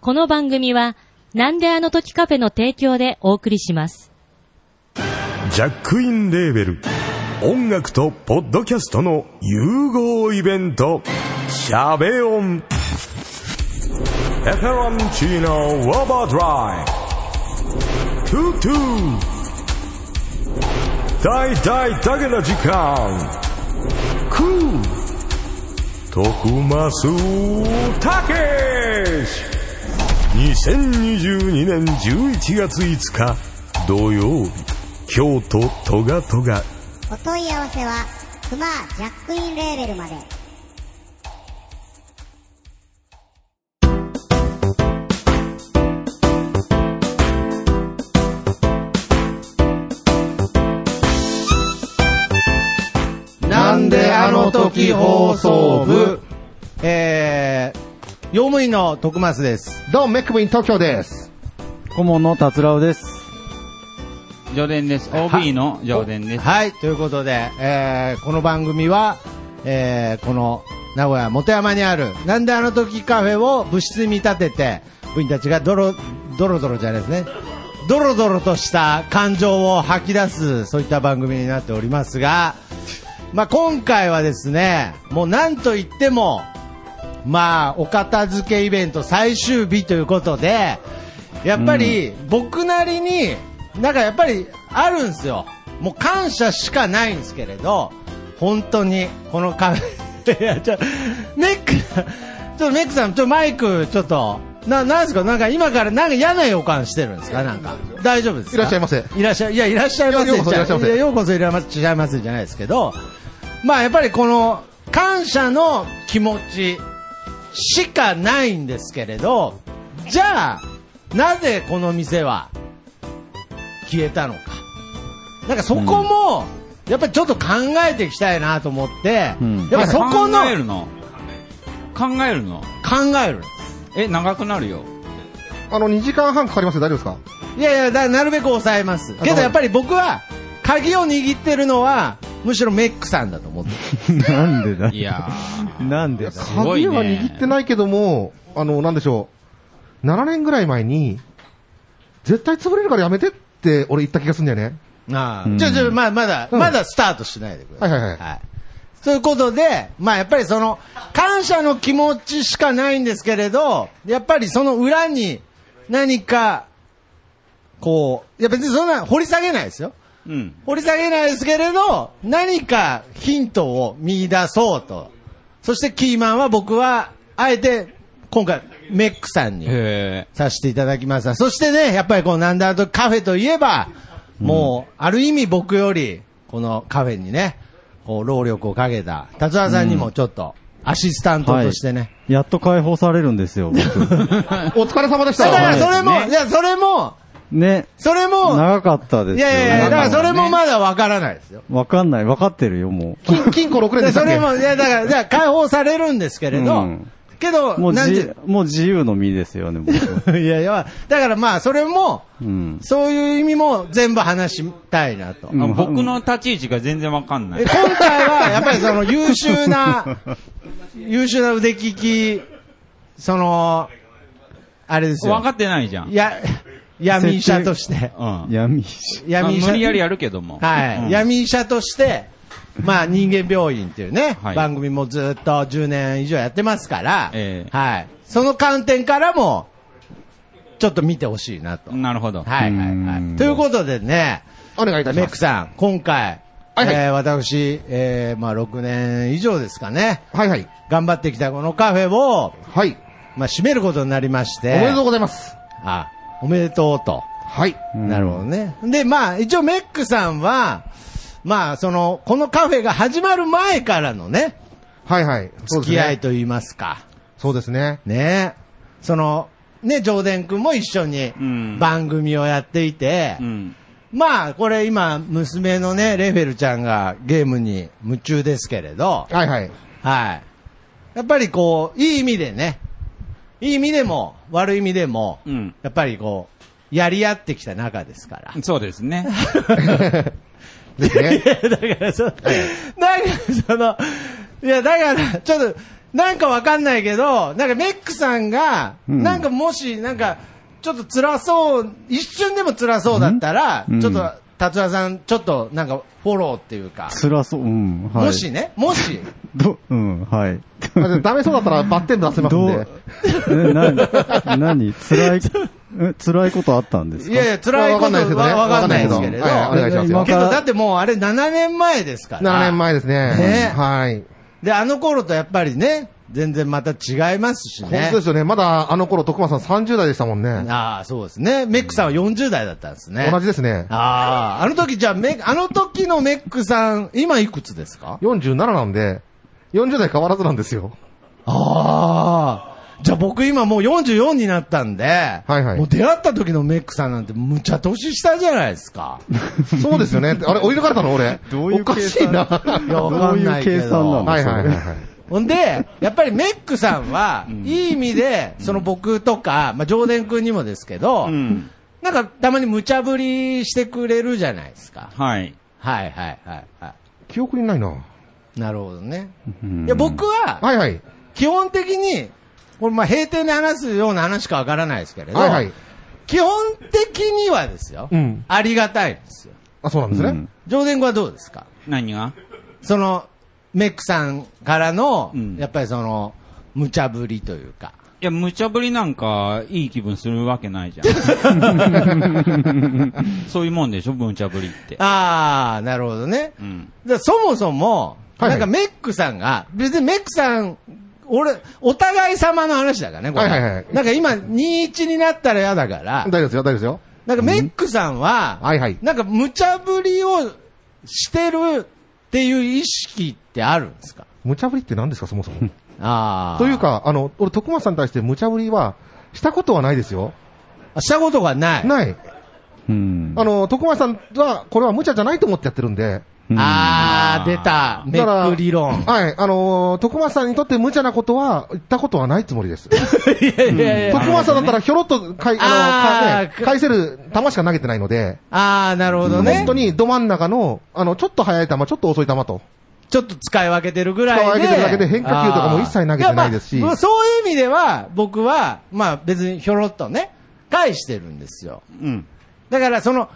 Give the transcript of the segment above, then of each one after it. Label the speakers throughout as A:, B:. A: この番組は、なんであの時カフェの提供でお送りします。
B: ジャックインレーベル音楽とポッドキャストの融合イベント「シャベオン」「エフェロンチーノウォーバードライ」「トゥトゥ」「大々だけの時間」「クー」「徳マスたけし」2022年11月5日土曜日京都トガトガ
C: お問い合わせは、クマジャックインレーベルまで。
D: なんであの時放送部。
E: えー、用務員の徳松です。
D: どうも、メック部員東京です。
F: 顧問の達郎です。
G: 上田です。OB の上田です。
E: はい、ということで、えー、この番組は、えー、この名古屋元山にある、なんであの時カフェを部室に見立てて、部員たちがドロ、ドロドロじゃないですね。ドロドロとした感情を吐き出す、そういった番組になっておりますが、まあ、今回はですね、もうなんといっても、まあ、お片付けイベント最終日ということで、やっぱり僕なりに、なんかやっぱりあるんですよ。もう感謝しかないんですけれど、本当に、このカメラ、 いや、ちょ、メック、ちょっとメックさん、ちょ、マイク、ちょっと、な、なんですかなんか今からなんか嫌な予感してるんですかなんか。大丈夫ですか
D: いらっしゃいませ。
E: いらっしゃい、いや、いらっしゃいませ。
D: ようこそいらっしゃいませ
E: やようこそいらっしゃいませじゃないですけど、まあやっぱりこの感謝の気持ちしかないんですけれど、じゃあ、なぜこの店は消えたのか。なんかそこも、やっぱりちょっと考えていきたいなと思って、
F: うん
E: やっぱそこの
G: 考えるの考えるの
E: 考えるんです。
G: え、長くなるよ。
D: あの、2時間半かかりますよ。大丈夫ですか
E: いやいや、だなるべく抑えます。けどやっぱり僕は、鍵を握ってるのは、むしろメックさんだと思ってる
F: なんでだ
G: いや
F: なんでだ
G: すごい
D: 鍵
G: ね
D: は握ってないけども、あの、なんでしょう。7年ぐらい前に、絶対潰れるからやめてって俺言った気がするんだよね。
E: あ
F: う
E: あ、
F: ん
E: ちょ、ちょ、まあ、まだ、
D: うん
E: まだスタートしないでください。
D: はいはいはい
E: ということで、まあ、やっぱりその、感謝の気持ちしかないんですけれど、やっぱりその裏に何か、こう、いや別にそんな掘り下げないですよ。
G: うん。
E: 掘り下げないですけれど、何かヒントを見出そうと。そしてキーマンは僕は、あえて、今回、メックさんに。
G: へ
E: させていただきました。そしてね、やっぱりこのなんだとカフェといえば、もう、ある意味僕より、このカフェにね、こう、労力をかけた、達也さんにもちょっと、アシスタントとしてね。
F: やっと解放されるんですよ、僕。
D: お疲れ様でし
E: だから
D: た。
E: それも、
G: はい
E: いや、それも、
F: ね。
E: それも、
F: 長かったで
E: い
F: すよ、
E: やいやいや、だ
F: ね。
E: からそれもまだわからないですよ。
F: わかんない。わかってるよ、も
D: 金、金庫6年で
E: で
D: した
E: そ
D: っけ
E: れも、いや、だから、じゃあ解放されるんですけれ
F: う
E: ど
F: ん、
E: けど、
F: う。もう
E: なん
F: じ
E: て、
F: もう自由の身ですよね、僕
E: いやいや、だからまあ、それも、
F: うん。
E: そういう意味も全部話したいなと。
G: ー
F: う
G: あ
F: ん
G: 僕の立ち位置が全然わかんない
E: え。今回はやっぱりその優秀な、 優秀な腕利き、その、あれですよ。
G: 分かってないじゃん。
E: や、闇医者として。
G: うん。
F: 闇医師。
E: 闇医
G: まあ
E: 者。
G: 無理やりやるけども。
E: はい、
G: うん
E: 闇医者として、まあ人間病院っていうね、
G: はい
E: 番組もずっと10年以上やってますから、
G: ええ
E: はい。その観点からも、ちょっと見てほしいなと。はい
G: なるほど。
E: はいは
F: うん
E: い。ということでね、
D: お願いいたし
E: メッ
D: ま
E: ク
D: す。
E: さん、今回、
D: はいはい
E: えー私、えーまあ、6年以上ですかね、
D: はいはい。
E: 頑張ってきたこのカフェを、
D: はい。
E: まあ、閉めることになりまして、
D: おめでとうございます。
E: あおめでとうと、
D: はい。
F: うん
E: なるほどね。で、まあ、一応メックさんは、まあ、その、このカフェが始まる前からのね、
D: はいはい。そう
E: 付き
D: です
E: 合
D: ね
E: い。と言いますか、
D: そうですね。
E: ね、その、ね、上田くんも一緒に
G: うん
E: 番組をやっていて、
G: うん。
E: まあ、これ今、娘のね、レフェルちゃんがゲームに夢中ですけれど、
D: はいはい。
E: はい。やっぱりこう、いい意味でね、いい意味でも、悪い意味でも、
G: うん
E: やっぱりこう、やり合ってきた仲です から。
G: そうですね。
D: ですね。
E: だから、そ、だから、その、いや、だから、ちょっと、なんかわかんないけど、なんかメックさんが、
F: うん
E: なんかもし、なんか、ちょっと辛そう、一瞬でも辛そうだったら、
F: うん
E: ちょっと、達也さん、ちょっと、なんか、フォローっていうか、
F: 辛そう。うん。はい。
E: もしね、もし、
F: ど、うん、 はい。
D: あじゃあダメそうだったらバッテン出せますん
F: ど
D: で
F: う。、え、な、何辛い、え辛いことあったんです
E: い
F: か
E: やいや、辛いこと
D: わかんないですけどね
E: はわかんないですけれど、
D: はいお願いしますよ
F: 今
E: けど、だってもうあれ7年前ですから。
D: 7年前ですね。
E: ね
D: はい。
E: で、あの頃とやっぱりね、全然また違いますし
D: 本
E: ね
D: 当で。すよね。まだあの頃、徳間さん30代でしたもんね。
E: ああ、そうですね。メックさんは40代だったんですね。
D: 同じですね。
E: ああ、あの時じゃあメ、あの時のメックさん、今いくつですか
D: 47なんで、40代変わらずなんです よ。
E: ああ、じゃあ僕今もう44になったんで、
D: いはい
E: もう出会った時のメックさんなんてむちゃ年下じゃないですか。
D: そうですよね。あれ、追い抜かれたの俺。
F: どういう
D: おかしいな。
E: いや、わかんないけど。
F: どういう計算なの
D: はいはいはいはい。
E: ほんで、やっぱりメックさんは、いい意味で、その僕とか、まあ、上田君にもですけど、
G: うん。
E: なんかたまに無茶ぶりしてくれるじゃないですか。
G: はい。
E: はいはいはいは
D: 記憶にない
E: い。
D: な。
E: なるほどね。
F: うん
E: いや、僕は、
D: はいはい。
E: 基本的に、これまあ閉店で話すような話しかわからないですけれど、
D: はいはい。
E: 基本的にはですよ、
D: うん
E: ありがたいんですよ。
D: あ、そうなんです
F: う
D: ね
F: ん。
E: 上田君はどうですか
G: 何が
E: その、メックさんからの、
G: うん
E: やっぱりその、無茶ぶりというか。
G: いや、無茶ぶりなんか、いい気分するわけないじ ゃん。そういうもんでしょ、無茶ぶりって。
E: ああ、なるほどね。
G: うん。
E: だからそもそも、
D: はいは
E: ないんかメックさんが、別にメックさん、俺、お互い様の話だからね、これ。
D: はいはいはい
E: なんか今、21になったら嫌だから
D: 大、丈夫ですよ、大丈夫ですよ。
E: なんかメックさんは、
D: はいはい
E: なんか無茶ぶりをしてるっていう意識ってあるんですか
D: 無茶ぶりって何ですか、そもそも。
E: ああ。
D: という、か、あの、俺、徳松さんに対して無茶ぶりは、したことはないですよ。
E: したことがない。
D: ない。
F: うん。
D: あの、徳松さんは、これは無茶じゃないと思ってやってるんで。
F: うん
E: ああ、出た。メ
D: だから
E: ック理論。
D: はい。あのー、徳松さんにとって無茶なことは、言ったことはないつも りです。徳
E: いやいやいや。
D: 松さんだったら、ひょろっと、かい、
E: あ
D: あ
E: ー
D: の、かね返せる球しか投げてないので、
E: ああ、なるほどね
D: 本当。にど真ん中の、あの、ちょっと速い球、ちょっと遅い球と。
E: ちょっと使い分けてるぐらいで。
D: 使い分けてるだけで変化球とかも一切投げてないですし
E: やまあそういう意味では、僕は、まあ別にひょろっとね、返してるんですよ。
G: うん。
E: だからその、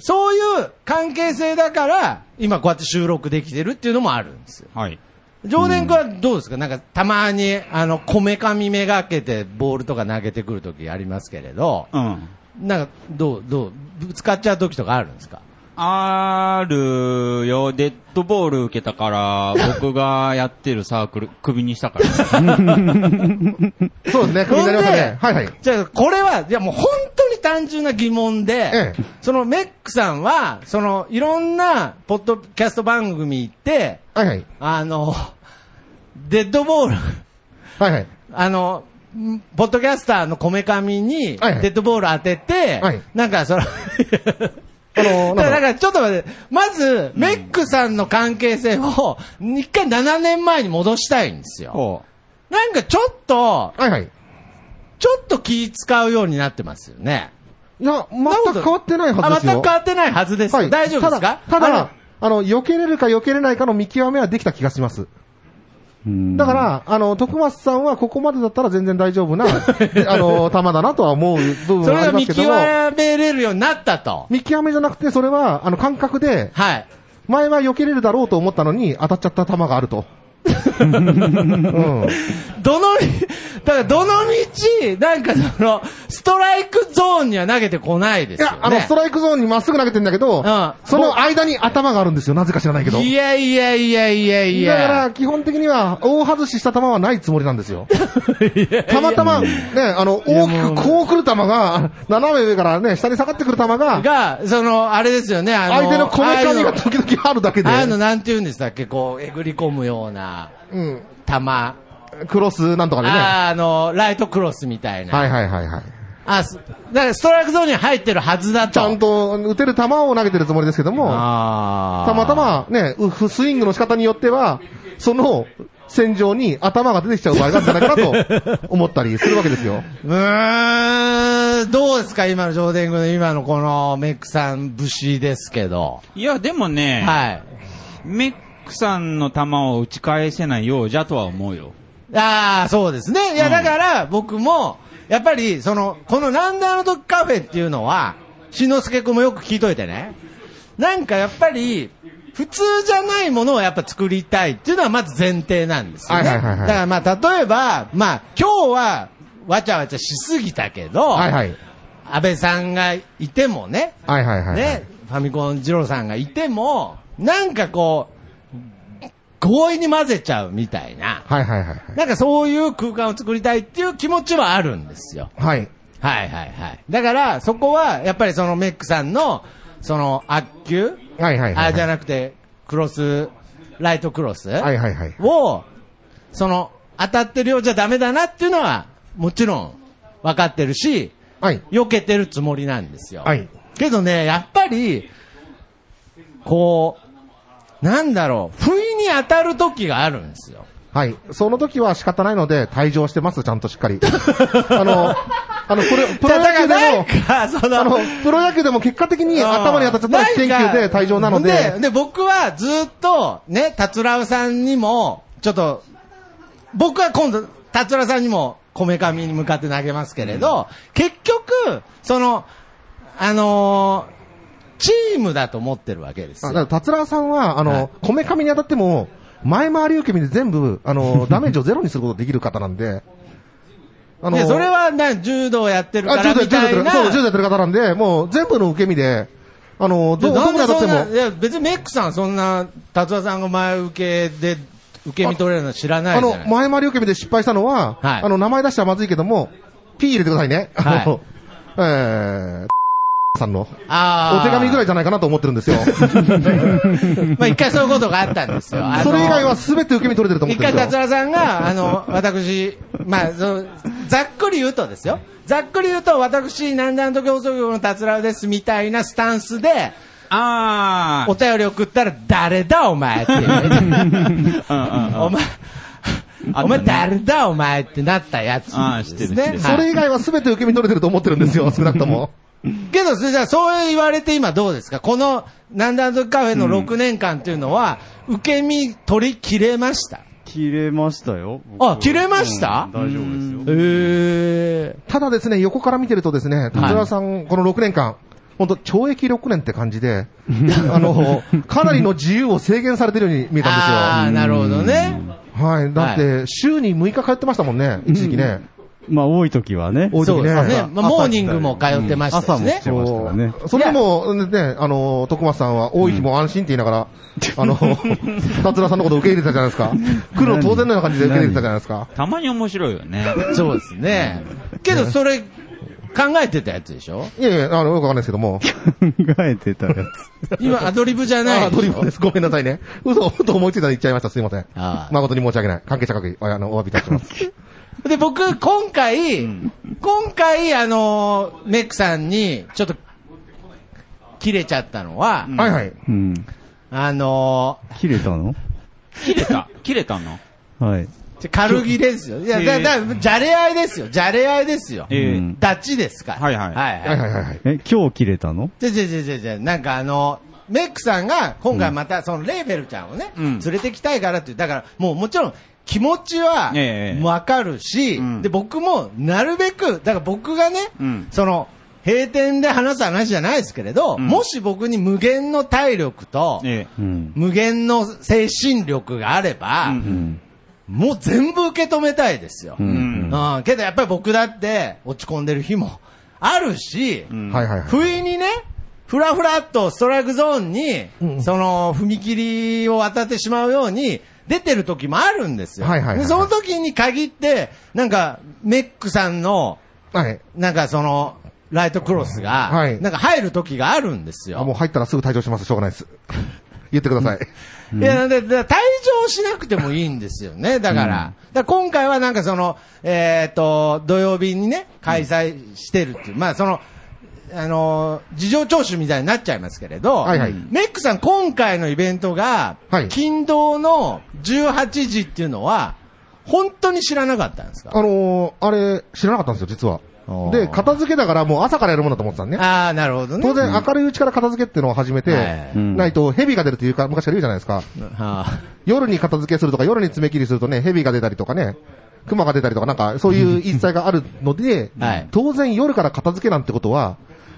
E: そういう関係性だから、今こうやって収録できてるっていうのもあるんですよ。
G: はい。
E: 常連君はどうですかなんかたまに、あの、こめかみめがけてボールとか投げてくるときありますけれど、
G: うん。
E: なんかどう、どう、ぶつかっちゃうときとかあるんですか
G: あるよ、デッドボール受けた から、僕がやってるサークル、クビにしたから。
D: そうですね、気になりましたね。はいはい。
E: じゃあ、これは、いやもう本当に単純な疑問で、
D: ええ
E: そのメックさんは、そのいろんなポッドキャスト番組行って、
D: はいはい。
E: あの、デッドボール、
D: はいはい。
E: あの、んポッドキャスターのこめかみに、デ
D: はいはい
E: ッドボール当てて、
D: はい
E: なんかその、
D: あ
E: だからだ
D: の、なんだ
E: からちょっと待って、まず、メックさんの関係性を、一回7年前に戻したいんですよ。
G: そ
E: なんかちょっと、
D: はいはい。
E: ちょっと気使うようになってますよね。
D: いや、全く変わってないはず
E: あ、
D: ですよ。
E: 全く変わってないはずですか。
D: はい
E: 大丈夫ですか
D: ただ、た
E: あの
D: だあの、避けれるか避けれないかの見極めはできた気がします。
F: うん
D: だから、あの、徳松さんはここまでだったら全然大丈 夫な、であの、球だなとは思う部
E: そ
D: 分
E: れ
D: はあ
E: が
D: りま
E: 見
D: すけ
E: 極
D: ども、
E: めれるようになったと。
D: 見極めじゃなくて、それは、あの、感覚で、
E: はい。
D: 前は避けれるだろうと思ったのに、当たっちゃった球があると。うん。
E: どのみ、だからどの道、なんかその、ストライクゾーンには投げてこないで
D: い
E: すよ、ね
D: や、。あの、ストライクゾーンにまっすぐ投げてんだけ
E: う
D: ど、
E: ん
D: その間に頭があるんですよ。なぜか知らないけど。
E: いやいやいやいやいや。
D: だから、基本的には、大外しした球はないつもりなんです よ。たまたま、ね、あの、大きくこう来る球が、斜め上からね、下に下がってくる球が、
E: が、その、あれですよね、あの、
D: 相手のこめかみ
E: ああ
D: が
E: いうの
D: 時々あるだけで、
E: ああいうの、なんて言うんですかっけ、こう、えぐり込むような、
D: うん、
E: 球。あ
D: クロスなんとかでね。は
E: あの、ライトクロスみたい
D: い
E: な。
D: はいはいはい。
E: あ、すだからストライクゾーンに入ってるはずだと。
D: ちゃんと打てる球を投げてるつもりですけども、
E: あー
D: たまたまね、うフスイングの仕方によっては、その戦場に頭が出てきちゃう場合があるんじゃないか なと思ったりするわけですよ。
E: うーん、どうですか、今の上田君の今のこのメックさん節ですけど。
G: う。いや、でもね、
E: はい。
G: メックさんの球を打ち返せないようじゃとは思うよ。
E: ああ、そうですね。いや、だから僕も、やっぱり、その、このなんであの時カフェっていうのは、しのすけくんもよく聞いといてね。なんかやっぱり、普通じゃないものをやっぱ作りたいっていうのはまず前提なんですよね。
D: はいはいはいはい
E: だからまあ、例えば、まあ、今日は、わちゃわちゃしすぎたけど、
D: はいはい。
E: 安倍さんがいてもね、
D: はいはいはい。
E: ね、ファミコン二郎さんがいても、なんかこう、強引に混ぜちゃうみたいな、
D: はいはいはい。
E: なんかそういう空間を作りたいっていう気持ちはあるんですよ。
D: はい。
E: はいはいはい。だから、そこは、やっぱりそのメックさんの、その、悪球、
D: はいはいはい。
E: あ、じゃ
D: な
E: なくて、クロス、ライトクロス、
D: はいはいはい。
E: を、その、当たってるようじゃダメだなっていうのは、もちろん、分かってるし、
D: はい。
E: 避けてるつもりなんですよ。
D: はい。
E: けどね、やっぱり、こう、なんだろう、不意に当たる時があるんですよ。
D: はい。その時は仕方ないので、退場してます、ちゃんとしっかり。あの、あの、プロ、プロ野
E: だから
D: 球でも、
E: なんか、その、
D: あの、プロ野球でも結果的に頭に当たっちゃった
E: うん
D: 選球で退場な
E: な
D: の
E: ん
D: で
E: か、で、僕はずっと、ね、達郎さんにも、ちょっと、僕は今度、達郎さんにも、こめかみに向かって投げますけれど、結局、その、あのーチームだと思ってるわけです
D: あだ
E: よ。
D: から達郎さんは、あ
E: はい
D: の、こめかみに当たっても、前回り受け身で全部、あの、ダメージをゼロにすることができる方なんで、あ
E: で、それはな、柔道やってるか
D: あ、
E: ら
D: 10
E: み
D: 代、10代
E: た
D: やって
E: い
D: る
E: な。
D: そう、10代やってる方なんで、もう全部の受け身で、あの、どう、どこに当たって
E: なんでそんな
D: も
E: い、や、別にメックさんそんな、達郎さんが前受けで、受け身取れるの知らない
D: あ
E: じゃ
D: の
E: ない、ですか。
D: 前回り受け身で失敗したのは、
E: はい
D: あの、名前出したらまずいけども、P 入れてくださいね。
E: はい
D: あの、えー、さんの、
E: あ
D: お手紙ぐらい
E: い。
D: じゃないかなと思ってるん ですよ。
E: まあ一回そういうことがあったんです よ。あの
D: それ以外は全て受け身取れてると思っ
E: 一
D: てる
E: 回、
D: ん
E: 達
D: ですよ。
E: 郎さんが、あの、私、まあ、その、ざっくり言うとですよ。ざっくり言うと、私、なんだんと競争局の達郎です、みたいなスタンスで、
G: あ
E: お便り送ったら、誰だ、お前って いう。
G: あ。
E: お前、お前誰だ、お前ってなったやつ
G: あー知って
E: で
G: る
E: す
G: 知ってる
E: ね。は
D: そ
E: い
D: れ以外は全て受け身取れてると思ってるんで すよ、少なくとも。
E: けど、それじゃあ、そう言われて今どうですかこの、なんだんとカフェの6年間っていうのは、受け身取り切れました
F: 切れましたよ。僕
E: あ切れました
F: うん大丈夫ですよ。
E: え
D: ただですね、横から見てるとですね、達郎さん、この6年間、本当懲役6年って感 じで、あの、かなりの自由を制限されてるように見え
E: あ
D: た
E: あ、
D: んで
E: なるほどね。
D: すよ。はい。だって、週に6日通ってましたもんね、一時期ね。
F: まあ、多い時はね。
D: 多い
E: そ
D: 時
E: う
D: ね。
E: ですね。
D: 朝
E: まあ、モーニングも通ってましたしね。
F: 朝も来てましたからね。
D: それでも、ね、あの、徳松さんは、多い日も安心って言いながら、 あの、達郎さんのこと受け入れてたじゃないですか。来るの当然のような感じで受け入れてたじゃないですか。
G: たまに面白いよね。
E: そうですね。けど、それ、考えてたやつでしょ
D: いやいや、あの、よくわかんないですけども。
F: 考えてたや つ。
E: 今、アドリブじゃない
D: あ、ド
E: で
D: リ
E: し
D: ブ
E: ょ
D: です。ごめんなさいね。嘘、本当思いついたら言っちゃいました。すいません。
E: ああ
D: 誠に申し訳ない。関係者各位、あの、お詫びいたします。
E: で、僕、今回、今回、あのー、メックさんに、ちょっと、切れちゃったのは、
D: はいはい。
F: うん。
E: あの
F: 切れたの
G: 切れた切れたの
F: はい。
E: ーちょ軽着ですよ。いや、だ、だ、じゃれ合いですよ。じゃれ合いですよ。
G: ええ
F: うん
E: ダチですから。
G: はいはい
E: はい、
D: はいはいはいはい。
F: え、今日切れたの
E: じゃじゃじゃじゃじゃ、なんかあの、メックさんが今回またそのレーベルちゃんをね、
G: うん
E: 連れてきたいからっていう、だからもうもちろん気持ちは
G: ええ
E: わかるし、
G: うん
E: で、僕もなるべく、だから僕がね、
G: うん
E: その、閉店で話す話じゃないですけれど、
G: うん
E: もし僕に無限の体力と、
G: え
F: うん。
E: 無限の精神力があれば、
G: う
F: うん。
E: もう全部受け止めたいですよ。
F: う
G: うん
F: ん。
E: うん、けどやっぱり僕だって落ち込んでる日もあるし、
G: え。
D: はいはいはい。
E: 不意にね、ふらふらっとストライクゾーンに、その、踏切を渡ってしまうように、出てる時もあるんですよ。
D: はいはいはい
E: でその時に限って、なんか、メックさんの、
D: はい。
E: なんかその、ライトクロスが、
D: はい
E: なんか入る時があるんですよ。
D: あ、もう入ったらすぐ退場します。しょうがないです。 言ってください。
E: いや、なんで、だから退場しなくてもいいんですよね、だから。だから今回はなんかその、えっ、と、土曜日にね、開催してるっていう、まあその、あのー事情聴取みたいになっちゃいますけれど、
D: はいはい
E: メックさん今回のイベントが、
D: はい
E: 金堂の18時っていうのは、本当に知らなかったんですか
D: あのー、あれ、知らなかったんですよ、実は
F: あ。ー
D: で、片付けだからもう朝からやるもんだと思ってたんね。
E: ああ、なるほどね。
D: 当然、明るいうちから片付けっていうのを始め
E: は
D: て
E: い、
F: うん
D: ないと蛇が出るっていうか、昔から言うじゃないですか。
E: はあ、
D: 夜に片付けするとか、夜に爪切りするとね、蛇が出たりとかね、熊が出たりとか、なんか、そういう一切があるので
E: はい
D: 当然夜から片付けなんてことは、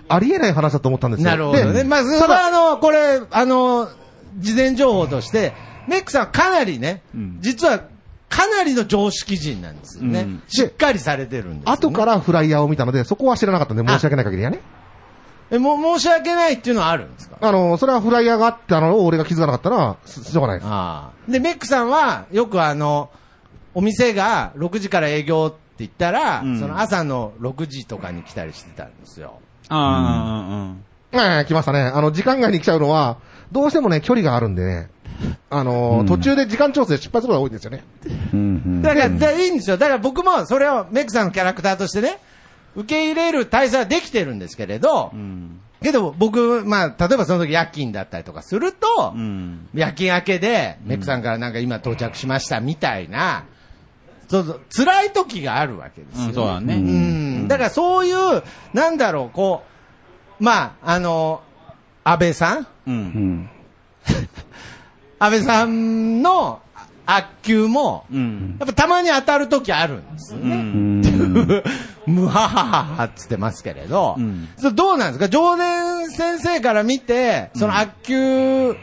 D: ありえない話だと思ったんですよ。
E: なるほどね。
D: で
E: まあ、それは
D: ただ
E: あの、これ、あの、事前情報として、メックさんかなりね、
F: うん
E: 実はかなりの常識人なんですよね。
F: うん
E: しっかりされてるんです、ね。
D: 後からフライヤーを見たので、そこは知らなかったんで、申し訳ない限りやね。
E: え、もう申し訳ないっていうのはあるんですか
D: あの、それはフライヤーがあったのを俺が気づかなかったら、ししょうがないです。
E: ああ。で、メックさんは、よくあの、お店が6時から営業って言ったら、
F: うん
E: その朝の6時とかに来たりしてたんですよ。
G: あ
D: ええ、来ましたね。あの、時間外に来ちゃうのは、どうしてもね、距離があるんでね、あの、
F: うん
D: 途中で時間調整失敗することが多いんですよね。
F: うん
E: だから、だからいいんですよ。だから僕もそれをメックさんのキャラクターとしてね、受け入れる体制はできてるんですけれど、
G: うんうん。うん。
E: けど僕、まあ、例えばその時夜勤だったりとかすると、
G: うん。
E: 夜勤明けで、メックさんからなんか今到着しましたみたいな、そうそう辛い時があるわけですよ、
G: うん、そうだね。
E: う、
F: うん
E: だからそういう、なんだろう、こう、まあ、あの、安倍さん
G: う。
F: うんん
E: 安倍さんの悪球も、
G: うん。
E: やっぱたまに当たる時あるんですよ
G: う。
E: ね。
F: うんん
E: むははははっつってますけれど、
G: うん
E: それどうなんですか常連先生から見て、その悪球当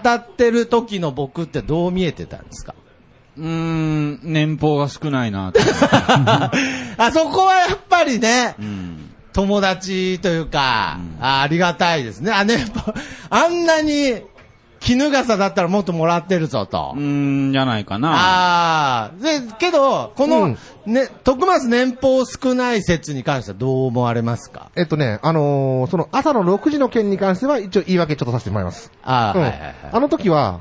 E: たってる時の僕ってどう見えてたんで すか
G: うーん、年俸が少ないな って。
E: あそこはやっぱりね、
G: うん。
E: 友達というか、あありがたいですね。あね、やっぱあんなに絹笠だったらもっともらってるぞと。
G: うーん、じゃないかな。
E: ああ、で、けど、この、
D: うん
E: ね、徳松年俸少ない説に関してはどう思われますか
D: えっとね、あのーその朝の6時の件に関しては、一応言い訳ちょっとさせてもらいます。
E: ああ、
D: うん
E: はいはいはい。
D: あの時は、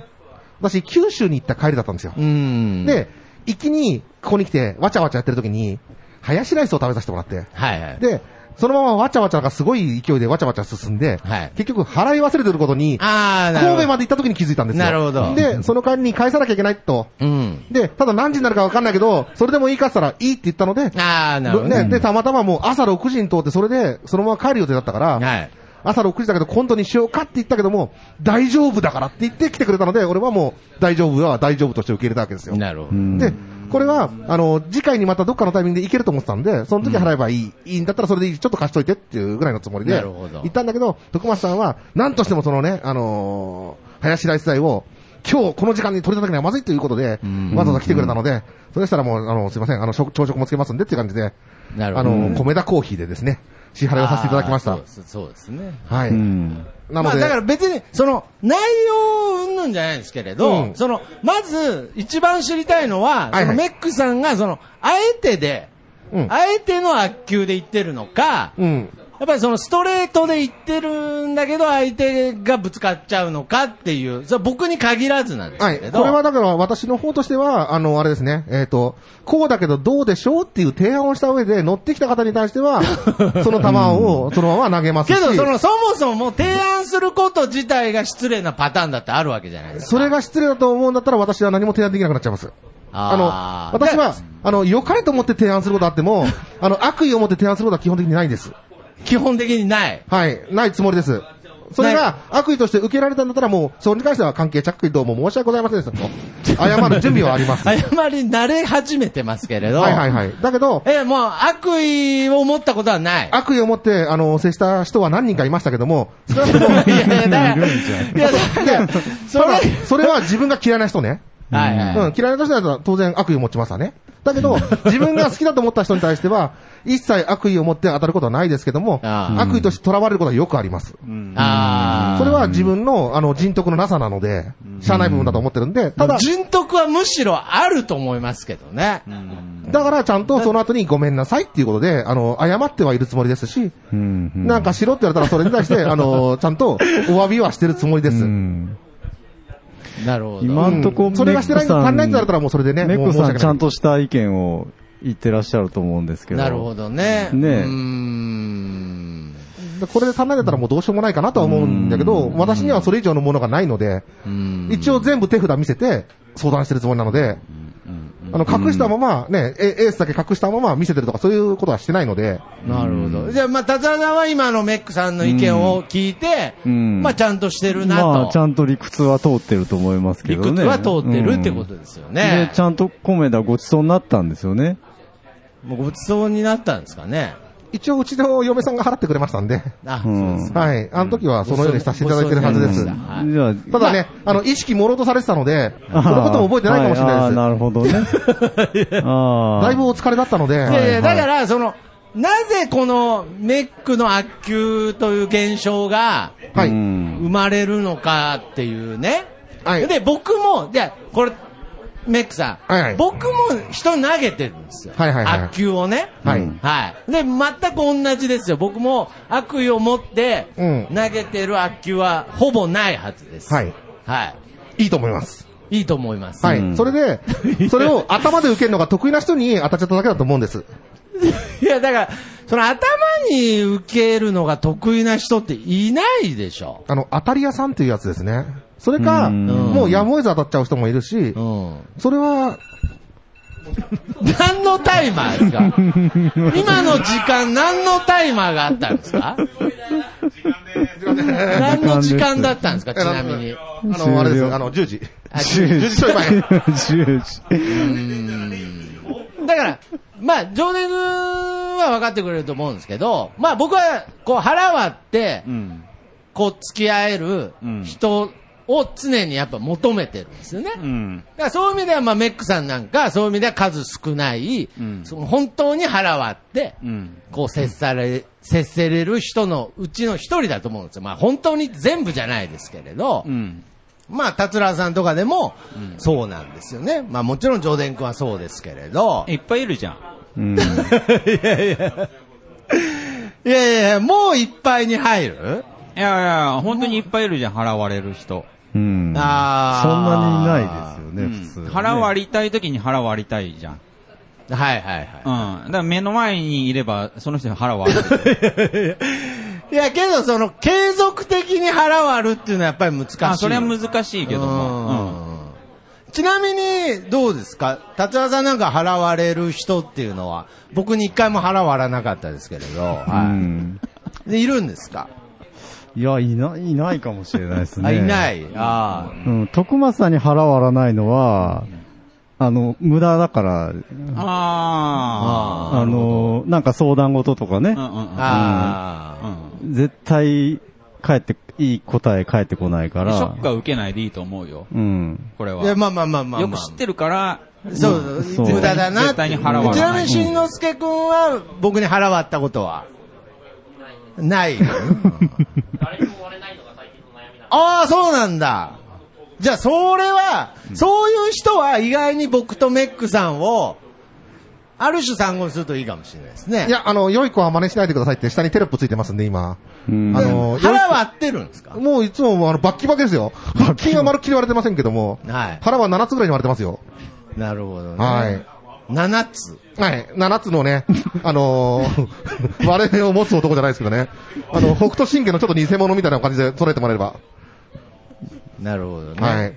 D: 私、九州に行った帰りだったんですよ。
E: うん。、
D: で、一気に、ここに来て、わちゃわちゃやってる時に、ハヤシライスを食べさせてもらって、
E: はいはい。
D: で、そのままわちゃわちゃがすごい勢いでわちゃわちゃ進んで、
E: はい
D: 結局払い忘れてることに、
E: ああ、なるほ
D: 神
E: ど。
D: 戸まで行った時に気づいたんですよ。
E: なるほど
D: で、その間に返さなきゃいけないと。
E: うん。
D: で、ただ何時になるかわかんないけど、それでもいいかって言ったら、いいって言ったので、
E: ああ、なるほど。
D: ね、で、たまたまもう朝6時に通って、それで、そのまま帰る予定だったから、
E: はい。
D: 朝6時だけどコントにしようかって言ったけども、大丈夫だからって言って来てくれたので、俺はもう大丈夫は大丈夫として受け入れたわけですよ。
E: なるほ
F: う
E: ど。
F: ん
D: で、これは、あの、次回にまたどっかのタイミングで行けると思ってたんで、その時払えばいい、いいんだったらそれでいい、ちょっと貸しといてっていうぐらいのつもりで、
E: なるほど
D: 行ったんだけど、徳松さんは、なんとしてもそのね、あのー林ライス代を、今日この時間に取り叩くのはまずいということで、わざわざ来てくれたので、それしたらもう、あの、すいません、あの、食朝食もつけますんでっていう感じで、
E: なるほ
D: あ
E: ど。
D: の、米田コーヒーでですね、支払いをさせていただきまし
E: あー。そう
D: た
E: ですそうですね。
D: はい。
F: うん
D: なの
E: まあ、
D: で、
E: だから別に、その、内容うんんじゃないんですけれど、
D: うん
E: その、まず、一番知りたいのは、
D: はいはい
E: そのメックさんが、その、あえてで、
D: うん
E: あえての悪球で言ってるのか、
D: うん。
E: やっぱりそのストレートで言ってるんだけど、相手がぶつかっちゃうのかっていう、それは僕に限らずなんです
D: は
E: け
D: い。
E: れど。
D: これはだから私の方としては、あの、あれですね、えっ、と、こうだけどどうでしょうっていう提案をした上で乗ってきた方に対して は、その球をそのまま投げます
E: け
D: し。
E: ど、その、そもそももう提案すること自体が失礼なパターンだってあるわけじゃないですか。
D: それが失礼だと思うんだったら私は何も提案できなくなっちゃいます。
E: あ
D: あ
E: ー
D: の、私は、あの、良かれと思って提案することあっ ても、あの、悪意を持って提案することは基本的にないんです。
E: 基本的にない。
D: はい。ないつもりです。それが悪意として受けられたんだったらもう、それに関しては関係着意どうも申し訳ございませんでしたと。謝る準備はあります。はい
E: 謝り慣れ始めてますけれど。
D: はいはい。だけど、
E: え、もう悪意を持ったことはない。
D: 悪意を持って、あの、接した人は何人かいましたけども、少なくと
E: い
D: も、
E: やいや、だから、 いや、だから、それ、
D: た
E: は
D: だ
E: い
D: それは自分が嫌いな人ね。
E: はい。
D: うん、嫌いな人だったら当然悪意を持ちますわね。だけど、自分が好きだと思った人に対しては、一切悪意を持って当たることはないですけども、
E: ああ
D: 悪意として囚われることはよくあります。
E: ああ。
D: それは自分の、あの、人徳のなさなので、しゃあない部分だと思ってるんで、ただ、
E: 人徳はむしろあると思いますけどね。
D: だからちゃんとその後にごめんなさいっていうことで、あの、謝ってはいるつもりですし、
F: うんうん
D: なんかしろって言われたらそれに 対して、あの、ちゃんとお詫びはしてるつもりで
F: う
D: す。
F: ん
E: なるほど。
F: 今んとこ、
D: それがしてない、
F: メック
D: 足
F: さん
D: りないんだったらもうそれでね、
F: メッ
D: もう
F: ク
D: 申し
F: さ
D: 訳
F: ん
D: ない
F: ちゃんとした意見を言ってらっしゃると思うんですけど。
E: なるほどね。
F: ねえ
E: うーん。
D: これで足りないんだったらもうどうしようもないかなとは思うんだけど、私にはそれ以上のものがないので、
E: うん。
D: 一応全部手札見せて相談してるつもりなので、ああの、隠したまま、ね、エエースだけ隠したまま見せてるとか、そういうことはしてないので、
E: なるほど。じゃあ、まあ、田沢さんは今のメックさんの意見を聞いて、
F: うん
E: まあ、ちゃんとしてるなと。
F: まあ、ちゃんと理屈は通ってると思いますけ
E: 理
F: ど
E: 屈
F: ね。
E: は通ってるってことですよ
F: うんで
E: ね。
F: ちゃんとコメダごちそうになったんですよね。
E: もうごちそうになったんですかね。
D: 一応うちの嫁さんが払ってくれましたんで、
E: あ、
F: うん
E: そうですか。
D: はい。あの時はそのようにさせていただいてるはずで
E: う
D: す
E: ん。はい
F: じゃあ、
D: ただね、あの、意識朦朧とされてたので、そ
F: あ
D: の
F: ー
D: ことも覚えてないかもしれ ない
F: はあー
D: です。
F: なるほどね。あー
D: だいぶお疲れだったので、
E: いやいや
D: はい
E: だから、その、なぜこのメックの悪球という現象が
D: は
F: う
D: い。
F: ん
E: 生まれるのかっていうね。
D: はい
E: で、僕も、じゃあこれ、メックさん、
D: はいはい
E: 僕も人に投げてるんですよ。
D: はいはいはい
E: 悪球をね。
D: はい
E: はい。で、全く同じですよ。僕も悪意を持って
D: うん
E: 投げてる悪球はほぼないはずです。
D: はい。
E: はい
D: いと思います。
E: い。いいと思います。
D: は
E: う
D: い。
E: ん
D: それ で、それを頭で受けるのが得意な人に当たっちゃっただけだと思うんです。
E: いや、だから、その頭に受けるのが得意な人っていないでしょ。
D: あの、当たり屋さんっていうやつですね。それか、
F: うん
D: もうやむを得ず当たっちゃう人もいるし
E: う、ん。
D: それは、
E: 何のタイマーですか 今の時間何のタイマーがあったんですか何の時間だったんですかちなみに。
D: あの、あれですよ、あの、10時。
E: あ
D: 10時ちょい前。
F: 10時。
E: だから、まあ、常連は分かってくれると思うんですけど、まあ僕は、こう腹割って、
F: うん
E: こう付き合える
F: うん
E: 人を常にやっぱ求めてるんですよね。
F: うん
E: だからそういう意味では、まあ、メックさんなんか、そういう意味では数少ない、
F: うん
E: その本当に腹割って、
F: うん
E: こう接され、接せれる人のうちの一人だと思うんですよ。まあ、本当に全部じゃないですけれど、
F: うん
E: まあ、達郎さんとかでも、そうなんですよね。まあ、もちろん、上田君はそうですけれど、
G: いっぱいいるじゃん。
F: うん
E: いやいやいや、もういっぱいに入る
G: いやいや、本当にいっぱいいるじゃん、払われる人。
F: うん
E: あー
F: そんなにいないですよね、普通。
G: 腹割りたい時に腹割りたいじゃん。
E: はいはいは
G: う
E: い。
G: ん。だから目の前にいれば、その人に腹割る。
E: いや、けど、その、継続的に腹割るっていうのはやっぱり難しい。
G: あ、それは難しいけども。
E: うんちなみに、どうですか達和さんなんか払われる人っていうのは、僕に一回も払わらなかったですけれど、
F: う
E: は
F: ん
E: い。で、いるんですか
F: いや、いない、いないかもしれないですね。
E: あ、いな。い。あ
F: うん、徳松さんに腹割らないのは、あの、無駄だから、
G: うん。あ
E: あ。
F: あの、なんか相談事とかね
G: あ。う、んうんうん。
E: あ
G: う
E: あ。
G: ん
F: 絶対、返って、いい答え返ってこないか
G: シ
F: ら
G: ョック、は受けないでいいと思うよ。
F: うん。
G: これは。
E: いや、まあまあまあまあまあ。
G: よく知ってるから、
E: そう、
F: そう
E: 無駄だなって。
G: 絶対に払わない
E: ちなみに、しんのすけくんは、僕に払わったことはない。ああ、そうなんだ。じゃあ、それは、そういう人は意外に僕とメックさんを、ある種参考にするといいかもしれないですね。
D: い、や、あの、良い子は真似しないでくださいって下にテロップついてますんで、今。
F: うん
D: あ
E: あ
D: の
E: の、腹は合ってるんですか
D: もういつもあのバッキバキですよ。腹筋はまるっきり割れてませんけども、
E: はい
D: 腹は7つぐらいに割れてますよ。
E: なるほどね。
D: はい。
E: 7つ。
D: はい。7つのね、 あのー 割れ目を持つ男じゃないですけどね。あの、北斗神拳のちょっと偽物みたいな感じで捉えてもらえれば。
E: なるほどね。
D: はい。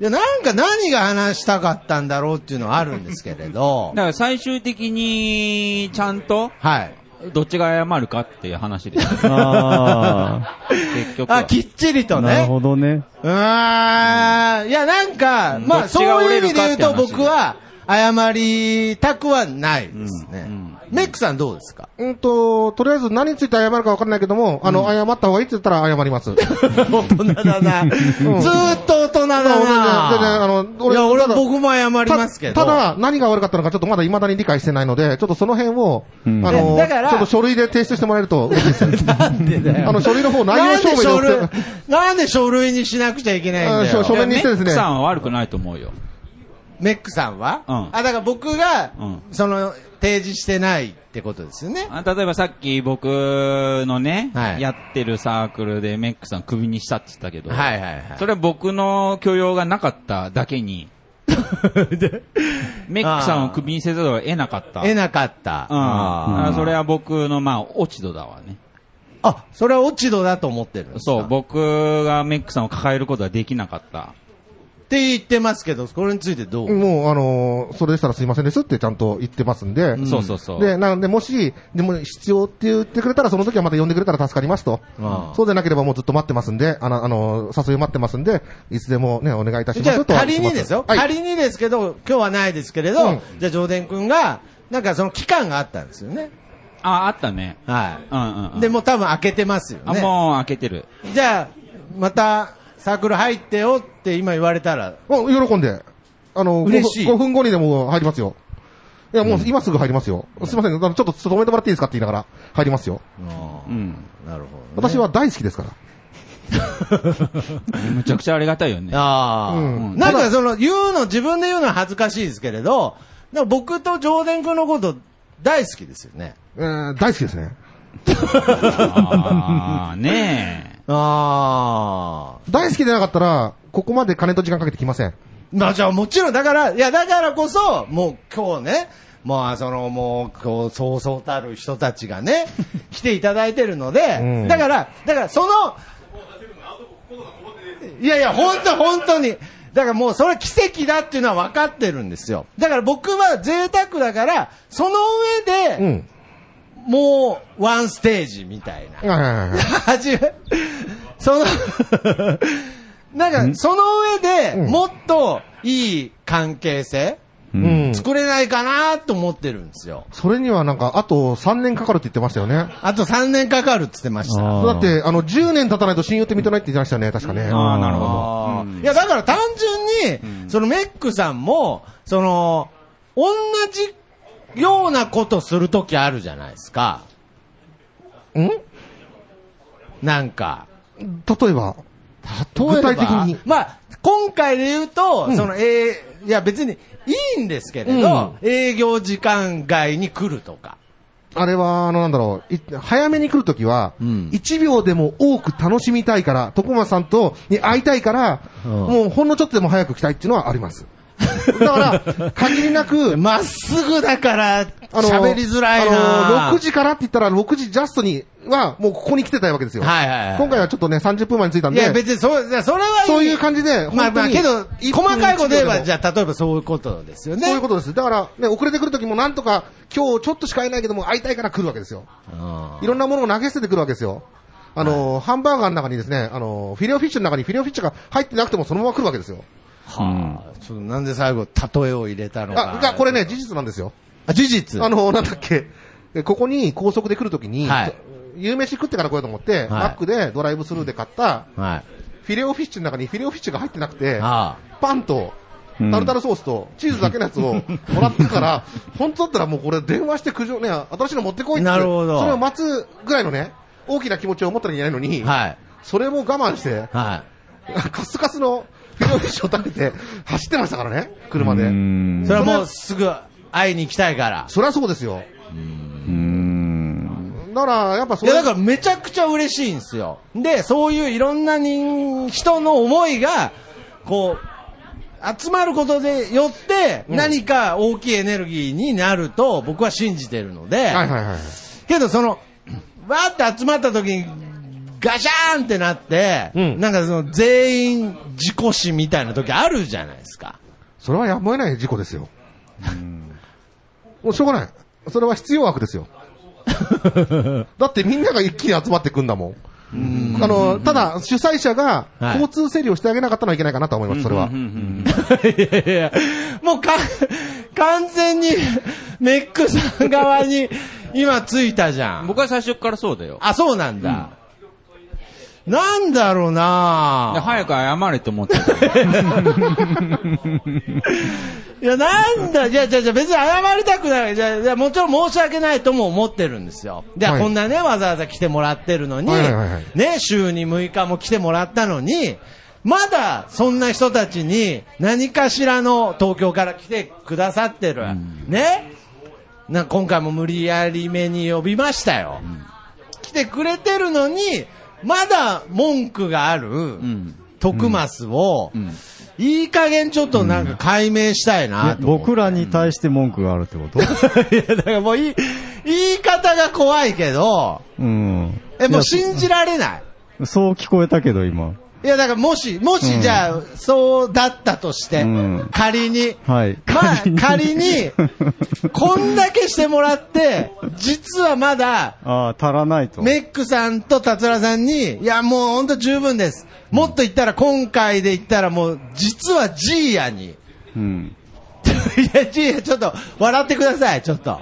E: いや、なんか何が話したかったんだろうっていうのはあるんですけれど
G: だ、から最終的に、ちゃんと、
E: はい。
G: どっちが謝るかっていう話です。
F: あ
G: 結局は。
E: あ、きっちり
F: あ、
E: と
F: なる
E: ね。
F: ほどね。
E: うーん。いや、なんか、
G: ん
E: ま
G: ど
E: あ、
G: っち
E: そ
G: が
E: う
G: 折
E: い
G: れ
E: う意味
G: る
E: で
G: かっ
E: 言う
G: て話
E: と僕は、謝りたくはないですね。メックさんどうですか
D: うんと、とりあえず何について謝るか分かんないけども、あの、謝った方がいいって言ったら謝ります。
E: 大人だな。ずーっと大人だ
D: 全然
E: な。
D: あの俺
E: いや、俺は
D: ただ
E: 僕も謝りますけど。
D: たただ、何が悪かったのかちょっとまだ未だに理解してないので、ちょっとその辺を、
F: ん
D: あの
E: だから
D: ちょっと書類で提出してもらえると嬉しい です。
E: なんで だよ
D: あの、書類の方、内容証明で送って
E: なんで書類なんで書類にしなくちゃいけないんだ
D: あ書
E: よ
D: 書。面にしてです
G: メック
D: ね。
G: さんは悪くないと思うよ。
E: メックさんは、
G: うん
E: あ、だから僕が、
G: うん
E: その、提示してないってことですよね。
G: あ例えばさっき僕のね、
E: はい
G: やってるサークルでメックさん首にしたって言ったけど、
E: はいはいはい。
G: それは僕の許容がなかっただけに、 メックさんを首にせざるを得なかった。
E: 得なかった。
G: うん、あそれは僕の、まあ、落ち度だわね。
E: あ、それは落ち度だと思ってるんですか
G: そう、僕がメックさんを抱えることはできなかった。
E: って言ってますけど、これについてどう、
D: もう、あのーそれでしたらすいませんですってちゃんと言ってますんで、
G: そうそうそう。
D: で、なんで、もし、でも必要って言ってくれたら、その時はまた呼んでくれたら助かりますと。
E: ああ
D: そうでなければもうずっと待ってますんで、あの、あの、誘い待ってますんで、いつでもね、お願いいたし
E: じ
D: ま
E: ゃ
D: す
E: あ
D: と。
E: 仮にですよ、
D: はい
E: 仮にですけど、今日はないですけれど、
D: うん
E: じゃあ、上田君が、なんかその期間があったんですよね。
G: あ、あったね。
E: は
G: うんうんう
E: い。
G: ん。
E: で、もう多分開けてますよ
G: あ、
E: ね。
G: もう開けてる。
E: じゃあ、またサークル入ってよって今言われたら、
D: うん喜んで。あの、
E: 嬉しい
D: 5, 分後にでも入りますよ。いや、もう今すぐ入りますよ。すいません、あのちょっと止めてもらっていいですかって言いながら入りますよ。
G: うん。
E: なるほど、ね。
D: 私は大好きですから。
G: むちゃくちゃありがたいよ ね。
E: ああ、
D: うん
E: なんかその、言うの、自分で言うのは恥ずかしいですけれど、でも僕と上田君のこと大好きですよね。
D: えー大好きですね。
G: ああ、ね
E: ああ。
D: 大好きでなかったら、ここまで金と時間かけてきません。
E: まあじゃあもちろん、だから、いやだからこそ、もう今日ね、まあそのもう、こう、そうそうたる人たちが ね、来ていただいてるので、
D: うん
E: だから、だからその、いやいや、本当本当に。だからもうそれ奇跡だっていうのは分かってるんですよ。だから僕は贅沢だから、その上
D: う
E: で、
D: ん。
E: もうワンステージみたいな。
D: はいはいはいはい。
E: 始め、その、 なんか、その上で
D: うん
E: もっといい関係性、
D: うん。
E: 作れないかなと思ってるんですよ。
D: それにはなんか、あと3年かかるって言ってましたよね。
E: あと3年かかるって言ってました。
D: だって、あの、10年経たないと親友って認めないって言ってましたよね、確かね。
G: え。 ああ、なるほど。
E: あーいや、だから単純に、そのメックさんも、その、同じようなことするときあるじゃないですか。
D: ん
E: なんか。
D: 例
E: 例え
D: えば、
E: ば
D: 具体的に
E: まあ、今回で言うと、その、えーいや別にいいんですけれど、営業時間外に来るとか。
D: あれは、あの、なんだろう、い早めに来るときは、
E: ん
D: 1秒でも多く楽しみたいから、徳間さんと、に会いたいから、もうほんのちょっとでも早く来たいっていうのはあり ます。だから、限りなく、
E: まっすぐだから、
D: あの
E: 喋りづらいな
D: あの、6時からって言ったら、6時ジャストには、もうここに来てたいわけですよ。
E: はいはいはい
D: 今回はちょっとね、30分前に着いたん
E: い
D: で、
E: や別にそう、じゃあそれはいい。
D: そういう感じで、
E: まあまあ、
D: 本当
E: け
D: に
E: ど、細かいこと言えば、じ
D: ゃ
E: ゃあ例えばそういうことですよね。
D: そういうことです。だから、ね、遅れてくるときもなんとか、今日ちょっとしか会えないけども、会いたいから来るわけですよ。
E: うん
D: いろんなものを投げ捨ててくるわけですよ。あのー、ハンバーガーの中にですね、あのー、フィレオフィッシュの中にフィレオフィッシュが入ってなくてもそのまま来るわけですよ。
E: はあ、ちょっとなんで最後、例えを入れたのか。
D: あ、が、これね、事実なんですよ。
E: あ、事実。
D: あのー、なんだっけ、えここに高速で来るときに、
E: はい
D: 有名飯食ってから来ようと思って、マックでドライブスルーで買った、
E: はい。
D: フィレオフィッシュの中にフィレオフィッシュが入ってなくて、
E: あ
D: パンと、
F: うん
D: タルタルソースとチーズだけのやつをもらった から、本当だったらもうこれ電話して苦情ね、新しいの持ってこいって。
E: なるほど
D: それを待つぐらいのね、大きな気持ちを持ったらいけないのに、
E: あ。はい。
D: それも我慢して、
E: は
D: カスカスのフィレオフィッシュを食べて走ってましたからね、車で。
E: い。
F: ん
E: それはもうすぐ会いに行きたいから。
D: そりゃそうですよ。
F: うん。
D: だから、やっぱそ
E: い
D: れ
E: や、だからめちゃくちゃ嬉しいんですよ。で、そういういろんな人、人の思いが、こう、集まることでよって、何か大きいエネルギーになると僕は信じてるので、
D: はいはいはい。
E: けどその、わーって集まった時に、ガシャーンってなって、
D: うん
E: なんかその全員自己死みたいな時あるじゃないですか。
D: それはやむを得ない事故ですよ。もうしょうがない。それは必要悪で すよ。だってみんなが一気に集まってくんだもん。あの、ただ、主催者が
E: はい
D: 交通整理をしてあげなかったのはいけないかなと思います、それは。
E: いやいやいや、もうか、完全にメックさん側に今ついたじゃん。
G: 僕は最初からそうだよ。
E: あ、そうなんだ。なんだろう
G: で
E: な
G: 早く謝れと思ってた。
E: いや、なんだ、じゃあじゃあじゃあ別に謝りたくない。じゃあじゃあもちろん申し訳ないとも思ってるんですよ。で、
D: はい
E: こんなね、わざわざ来てもらってるのに、
D: はいはいはいはい
E: ね、週に6日も来てもらったのに、まだそんな人たちに何かしらの東京から来てくださってる。ね。な今回も無理やり目に呼びましたよ。来てくれてるのに、まだ文句がある、
G: ん
E: 徳増を、いい加減ちょっとなんか解明したいな
F: え
E: と思う、
F: 僕らに対して文句があるってこと
E: いや、だからもういい、言い方が怖いけど、
F: うん。
E: え、もう
F: い
E: 信じられない。
F: やそう聞こえたけど、今。
E: いや、だからもし、もしじゃあ、そうだったとして、
F: うん
E: 仮に、
F: はい
E: まあ、仮に、こんだけしてもらって、実はまだ、
F: ああ、足らないと。
E: メックさんと達郎さんに、いや、もうほんと十分です。もっと言ったら、今回で言ったらもう、実はジーヤに。
F: うん。
E: いや、ジーヤ、ちょっと、笑ってください、ちょっと。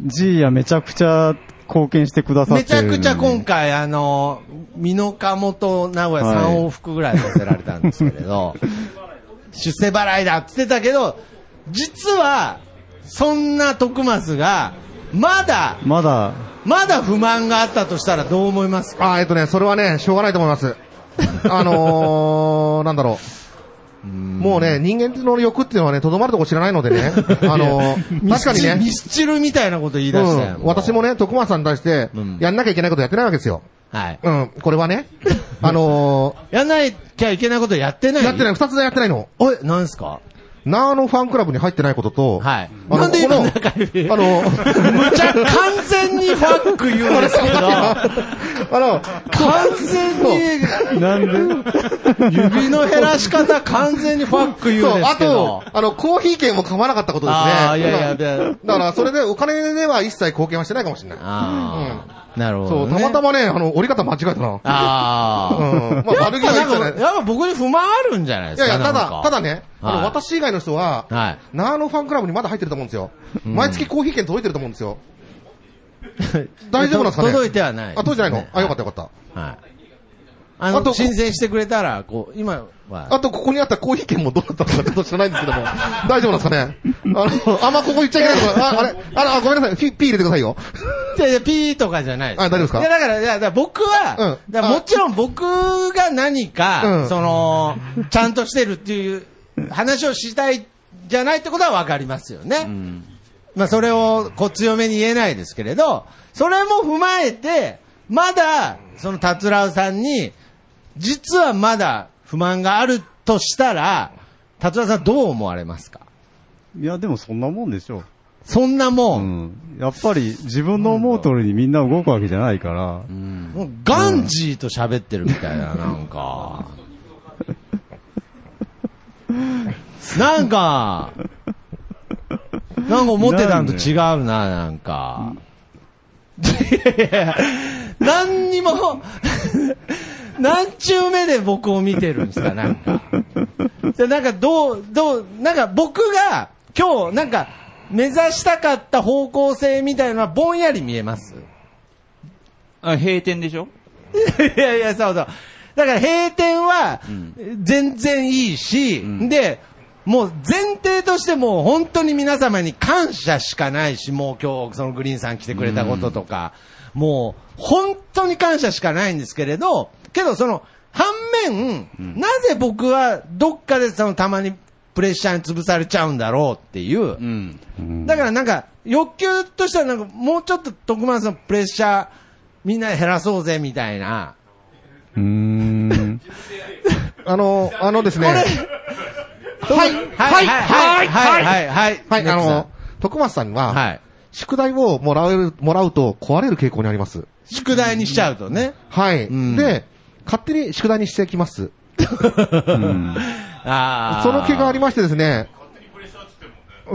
F: ジーヤめちゃくちゃ貢献してくださっ
E: め
F: て
E: ち
F: る
E: ゃ
F: のに。
E: くちゃ今回、あの、美濃加本名古屋3往復ぐらいさせられたんですけれ ど、出世払いだって言ってたけど、実は、そんな徳松が、まだ、
F: まだ、
E: まだ不満があったとしたらどう思いますか
D: あー、えっとね、それはね、しょうがないと思 います。あのー、なんだろう。もうね、人間の欲っていうのはね、とどまるとこ知らないのでね、あのー、確かに
E: ミ
D: ね、
E: スチルみたいなこと言い出したよ、
D: うん、私もね、徳松さんに対して
E: ん、
D: やんなきゃいけないことやってないわけですよ。
E: はい。
D: うん、これ はね、あの
E: やんないきゃいけないことやってな
D: ー、
E: い
D: やってない、二つやってないの。
E: おい、なんですか
D: ナーのファンクラブに入ってないことと、
E: はい
D: あの
E: なんで今
D: この
E: 中指
D: あ の、
E: むちゃ、完全にファック言うんですけど、
D: あの、
E: 完全に、
F: なんで、
E: 指の減らし方完全にファック言うん
D: そう、
E: です
D: あ
E: けど
D: と。、あの、コーヒー券も買わなかったことですね。
E: あーいやいやで
D: だから、それでお金では一切貢献はしてないかもしれない。
E: ああ、なるほ
D: そ
E: ど、
D: う、
E: ね。
D: たまたまね、あの、折り方間違えたな。
E: ああ。
D: うん。まあ、悪気
E: や
D: は
E: っ
D: いい
E: ぱ
D: じゃな
E: ないん。かやっぱ僕に不満あるんじゃないで
D: い
E: す
D: やい
E: か。
D: や、た
E: なん
D: だ
E: か、
D: ただね、あ
E: はい
D: の、私以外の人は、
E: はい
D: ナーノファンクラブにまだ入ってると思うんですよ。毎月コーヒー券届いてると思うんですよ。大丈夫なんですかね
E: 届いてはない。
D: あ、届いてないの
E: ね
D: あ、よかったよかっ
E: はい。あの、
D: あと
E: 申請してくれたら、こう、今
D: た。
E: は、
D: あと、ここにあったコーヒー券もどうなったのかちょっと知らないんですけども、大丈夫なんですかねあの、あんまここ言っちゃいけないとか、あ、あれ、あら、あごめんなさい、ピピー入れてくださいよ。
E: いやいや、ピーとかじゃない
D: あ大丈夫ですか
E: いや、だから、いや、だから僕は、
D: うん
E: だからもちろん僕が何か、
D: うん
E: その、ちゃんとしてるっていう話をしたいじゃないってことはわかりますよね。まあ、それをこう強めに言えないですけれど、それも踏まえて、まだ、その達郎さんに、実はまだ不満があるとしたら、達郎さんどう思われますか
F: いや、でもそんなもんでしょ
E: そんな
F: う。
E: も、
F: うんん。やっぱり自分の思う通りにみんな動くわけじゃないから、
E: もうガンジーと喋ってるみたいな、なんか。なんか、なんか思ってたんと違うな、なんか。いやいや何にも、何ちゅう目で僕を見てるんですか、なんか。でなんかどう、どう、なんか僕が今日、なんか目指したかった方向性みたいなのはぼんやり見えます。
G: あ、閉店でしょ
E: いやいや、そうそう。だから閉店は、全然いいし、で、もう前提としてもう本当に皆様に感謝しかないし、もう今日そのグリーンさん来てくれたこととか、もう本当に感謝しかないんですけれど、けどその反面、なぜ僕はどっかでそのたまにプレッシャーに潰されちゃうんだろうっていう、
G: うん。
E: だからなんか、欲求としてはなんか、もうちょっと徳丸さんのプレッシャー、みんなで減らそうぜみたいな、
F: う ーん。
D: あの、あのですね。はい、
E: は
D: はいい、
E: は
D: はいい、
E: はい
D: は、
E: はいいはい。
D: はい、あ
E: ネッ
D: の、徳松さん
E: クさんは
D: は、
E: い。
D: 宿題をもらえる、もらうと壊れる傾向にあります。
E: 宿題にしちゃうとね。
D: はい。
E: ん
D: で、勝手に宿題にしてきます。
F: うん
E: ああ。
D: その気がありましてですね。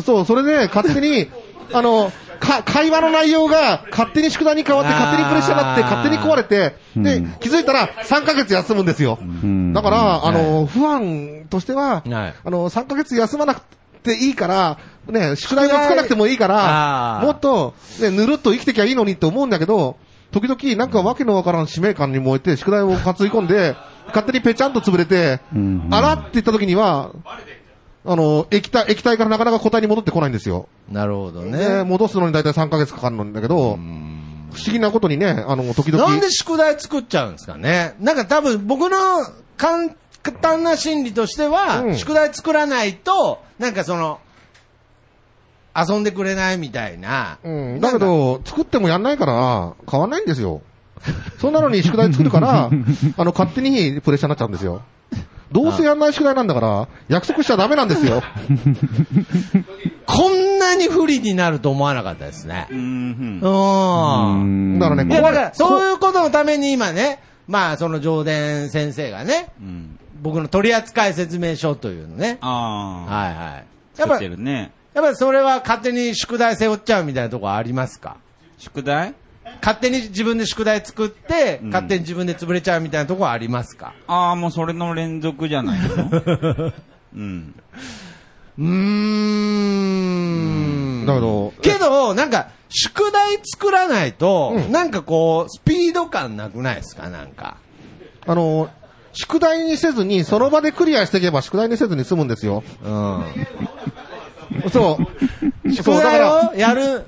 D: そう、それで勝 手に、あの、か、会話の内容が勝手に宿題に変わって、
E: あー
D: 勝手にプレッシャーになって、勝手に壊れて、で、
F: うん
D: 気づいたら3ヶ月休むんですよ。
F: ん
D: だから、あの、不安として
E: は
D: は、
E: い
D: あの、3ヶ月休まなくていいから、ね、宿題もつかなくてもいいか
E: あ
D: ら、
E: ー
D: もっと、ね、ぬるっと生きてきゃいいのにって思うんだけど、時々なんかわけのわからん使命感に燃えて、宿題を担い込んで、勝手にぺちゃんと潰れて、
F: うん
D: あらって言った時には、あの、液体、液体からなかなか固体に戻ってこないんですよ。
E: なるほど
D: ね、
E: ね。
D: 戻すのに大体3ヶ月かかるんだけど、不思議なことにね、あの、時々。
E: なんで宿題作っちゃうんですかね。なんか多分僕の簡単な心理として
D: う
E: は、
D: ん
E: 宿題作らないと、なんかその、遊んでくれないみたいな。
D: うん、だけど、作ってもやんないから、買わないんですよ。そんなのに宿題作るから、あの、勝手にプレッシャーになっちゃうんですよ。どうせやんない宿題なんだから、約束しちゃダメなんですよ。
E: こんなに不利になると思わなかったですね。
G: うん。
E: う。
F: うんん
D: だからね、
E: いや、だ
D: こう
E: から、そういうことのために今ね、まあ、その上田先生がね、
G: うん。
E: 僕の取扱説明書というのね。
G: ああ。
E: はいはい。やっ
G: 作っ
E: ぱ、
G: て
E: やっ
G: るね。
E: ぱそれは勝手に宿題背負っちゃうみたいなところありますか
G: 宿題
E: 勝手に自分で宿題作って、
G: うん
E: 勝手に自分で潰れちゃうみたいなところありますか
G: ああ、もうそれの連続じゃない のうん。
E: うーん。
D: だけど、
E: けど、なんか、宿題作らないと、なんかこう、スピード感なくないですかなんか。
D: あの、宿題にせずに、その場でクリアしていけば宿題にせずに済むんですよ。
E: うん。
D: そう。
E: 宿
D: そうだか
E: 題
D: ら
E: をやる。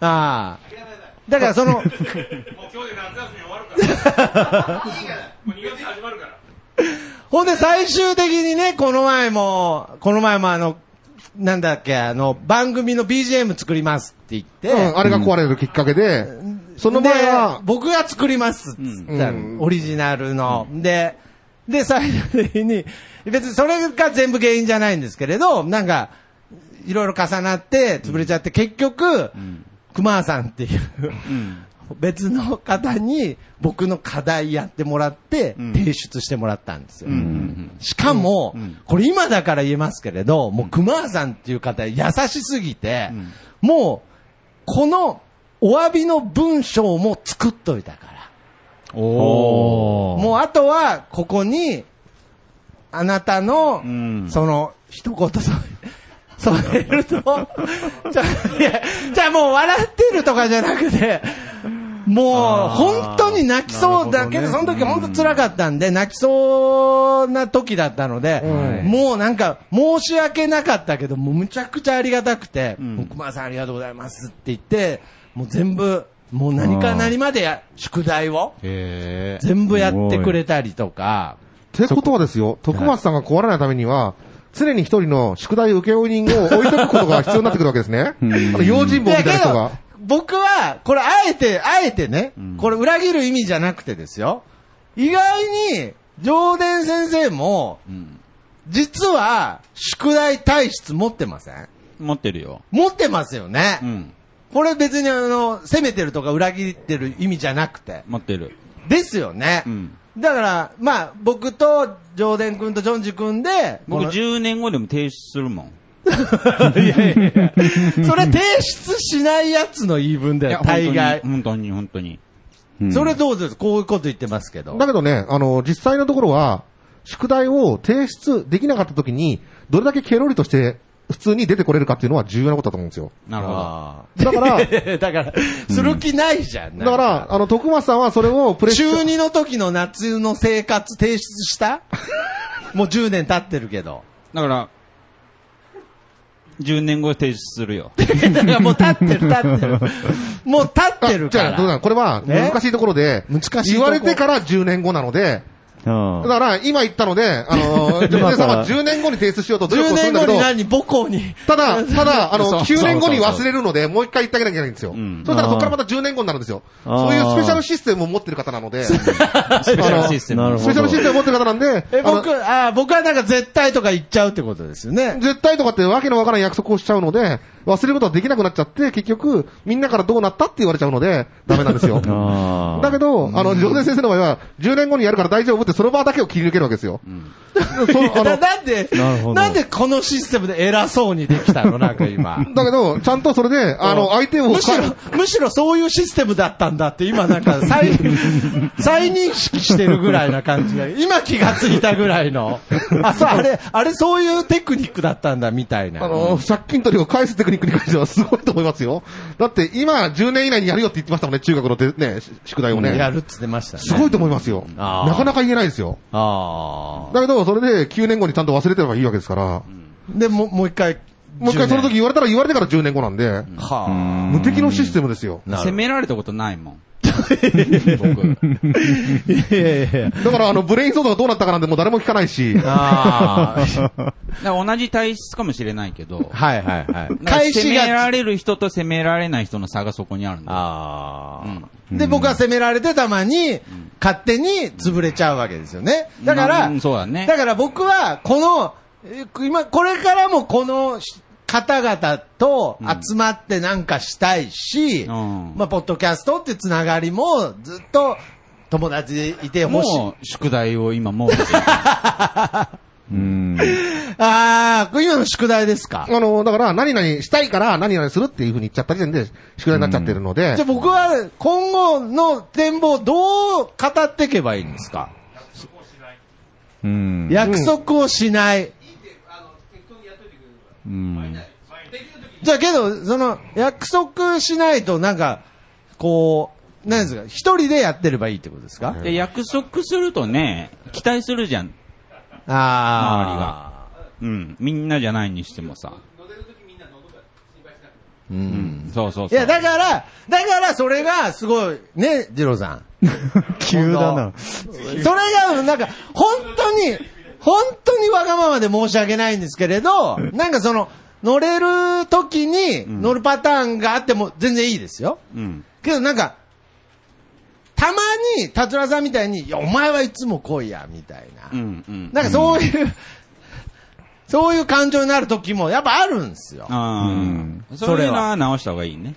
E: ああ。だからその、ほんで最終的にね、この前も、この前もあの、なんだっけ、あの、番組の BGM 作りますって言って、
D: うん、あれが壊れるきっかけで、その前は
E: で、僕が作りますっつったの、
D: うん
E: オリジナルの。で、で、最終的に、別にそれが全部原因じゃないんですけれど、なんか、いろいろ重なって、潰れちゃって、結局、熊さんっていう、別の方に僕の課題やってもらって、
G: ん
E: 提出してもらったんですよ。
G: うん。
E: しかも、
G: ん
E: これ今だから言えますけれど、もう熊さんっていう方優しすぎて、もう、このお詫びの文章も作っといたから。
G: お
E: もうあとは、ここに、あなたの、
G: ん
E: その、一言そ、添えると、 じゃあ、いやじゃあもう笑ってるとかじゃなくて、もう、本当に泣きそうだけど、その時本当辛かったんで、泣きそうな時だったので、もうなんか、申し訳なかったけど、もうむちゃくちゃありがたくて、もう熊さんありがとうございますって言って、もう全部、もう何か何までや、宿題を、
G: へえ。
E: 全部やってくれたりとか、
D: てことはですよ、徳松さんが壊れないためには、常に一人の宿題請負人を置いとくことが必要になってくるわけですね。あの、用心棒みたいな人が。
E: 僕は、これあえて、あえてね、これ裏切る意味じゃなくてですよ、意外に、上田先生も、
G: うん。
E: 実は、宿題体質持ってません
G: 持ってるよ。
E: 持ってますよね。
G: うん。
E: これ別にあの、責めてるとか裏切ってる意味じゃなくて。
G: 持ってる。
E: ですよね。
G: うん
E: だから、まあ、僕と、上田君とジョンジ君で、
G: 僕
E: この
G: 10年後でも提出するもん。
E: それ提出しないやつの言い分だよ、大概。
G: 本当に、本当に。
F: うん
E: それどうですこういうこと言ってますけど。
D: だけどね、あの、実際のところは、宿題を提出できなかった時に、どれだけケロリとして普通に出てこれるかっていうのは重要なことだと思うんですよ。
G: なるほど。
E: あー
D: だから、
E: だから、する気ないじゃん。
D: だから、あの、徳松さんはそれをプレッシャー。
E: 中二の時の夏の生活提出したもう10年経ってるけど。
G: だから、10年後提出するよ。
E: だからもう経ってる、経ってる。もう経ってるか
D: あじゃあどうな
E: ら。
D: のこれは
E: ね
D: 難しいところで、
E: 難しいとこ
D: 言われてから10年後なので、
F: あ
D: だか
F: あ
D: ら今言ったので、あの、ジョブズさんは10年後に提出しようと努力
E: 10
D: をする
E: 年
D: んだ
E: 後
D: けど
E: に、何母校に。
D: ただ、ただ、あの、
G: そう
D: 9年後に忘れるので、もう一回言ってあげなきゃいけないんですよ。
G: ん
D: そしたらそこからまた10年後になるんですよ。
F: あー
D: そういうスペシャルシステムを持ってる方なので、スペシ
G: ス ペシャルシステム。
F: なるほど
D: ャルシステムを持ってる方なんで、
E: え、
D: あの
E: 僕、あー僕はなんか絶対とか言っちゃうってことですよね。
D: 絶対とかってわけのわからん約束をしちゃうので、忘れることはできなくなっちゃって、結局、みんなからどうなったって言われちゃうので、ダメなんで すよ。
F: ああ。
D: だけど、あの、常連先生の場合は、10年後にやるから大丈夫って、その場だけを切り抜けるわけですよ。そう あの
E: だなんで
F: なるほ、ど
E: なんでこのシステムで偉そうにできたのなんか今。
D: だけど、ちゃんとそれで、あの、相手を、
E: むしろ、むしろそういうシステムだったんだって、今なんか再、再認識してるぐらいな感じが、今気がついたぐらいの。あ、そう、あれ、あれそういうテクニックだったんだみたいな。
D: あの、借金取りを返すテクニックに関してはすごいと思いますよ。だって、今、10年以内にやるよって言ってましたもんね、中学のでね、し宿題を
E: や
D: ね。
E: るっつってましたね。
D: すごいと思いますよ。
E: あー
D: なかなか言えないですよ。
E: ああ。
D: だけど、それで9年後にちゃんと忘れてればいいわけですから、
E: で、もう、もう一回。
D: もう一回その時言われたら言われてから10年後なんで、
E: 10年。は
D: 無敵のシステムですよ。
E: あ。な
G: 責
E: る
G: められたことないもん。僕。
E: ほど。いやいやいや。
D: だから、あの、ブレインソードがどうなったかなんてもう誰も聞かないし、
E: ああ。
G: だから同じ体質かもしれないけ ど、
E: はいはいはい。
G: 返し
E: 返し
G: が。責め
E: が
G: られる人と責められない人の差がそこにあるんだ。
E: ああ、
F: うん
E: で、僕は責められてたまに、勝手に潰れちゃうわけですよね。だから、
G: うんそうだね
E: だから僕は、この、え今、これからもこのし方々と集まってなんかしたいし、
G: うん
E: まあ、ポッドキャストってつながりもずっと友達いてほしい。
G: もう、宿題を今もう。
F: うん。
E: ああ、こういうの宿題ですか。
D: あの、だから、何々したいから、何々するっていうふうに言っちゃった時点で、宿題になっちゃってるので
E: じゃあ、僕は今後の展望をどう語っていけばいいんですか、
F: うん。
E: 約束をしない。
F: うん。
E: じゃあけど、その、約束しないとなんか、こう、なんですか、一人でやってればいいってことですか、
G: で約束するとね、期待するじゃん。
E: ああ。
G: うん。みんなじゃないにしてもさ。うん。そうそう
E: い
G: そう。
E: や、だから、だからそれがすごい、ね、二郎さん。
F: 急だな。
E: それが、なんか、本当に、本当にわがままで申し訳ないんですけれど、なんかその、乗れる時に乗るパターンがあっても全然いいですよ。
G: うん。
E: けどなんか、たまに、達郎さんみたいに、いや、お前はいつも来いや、みたいな。
G: うん。うん。
E: なんかそういう、そういう感情になる時もやっぱあるんですよ。
G: あ
F: うん
G: あ。それは直した方がいいね。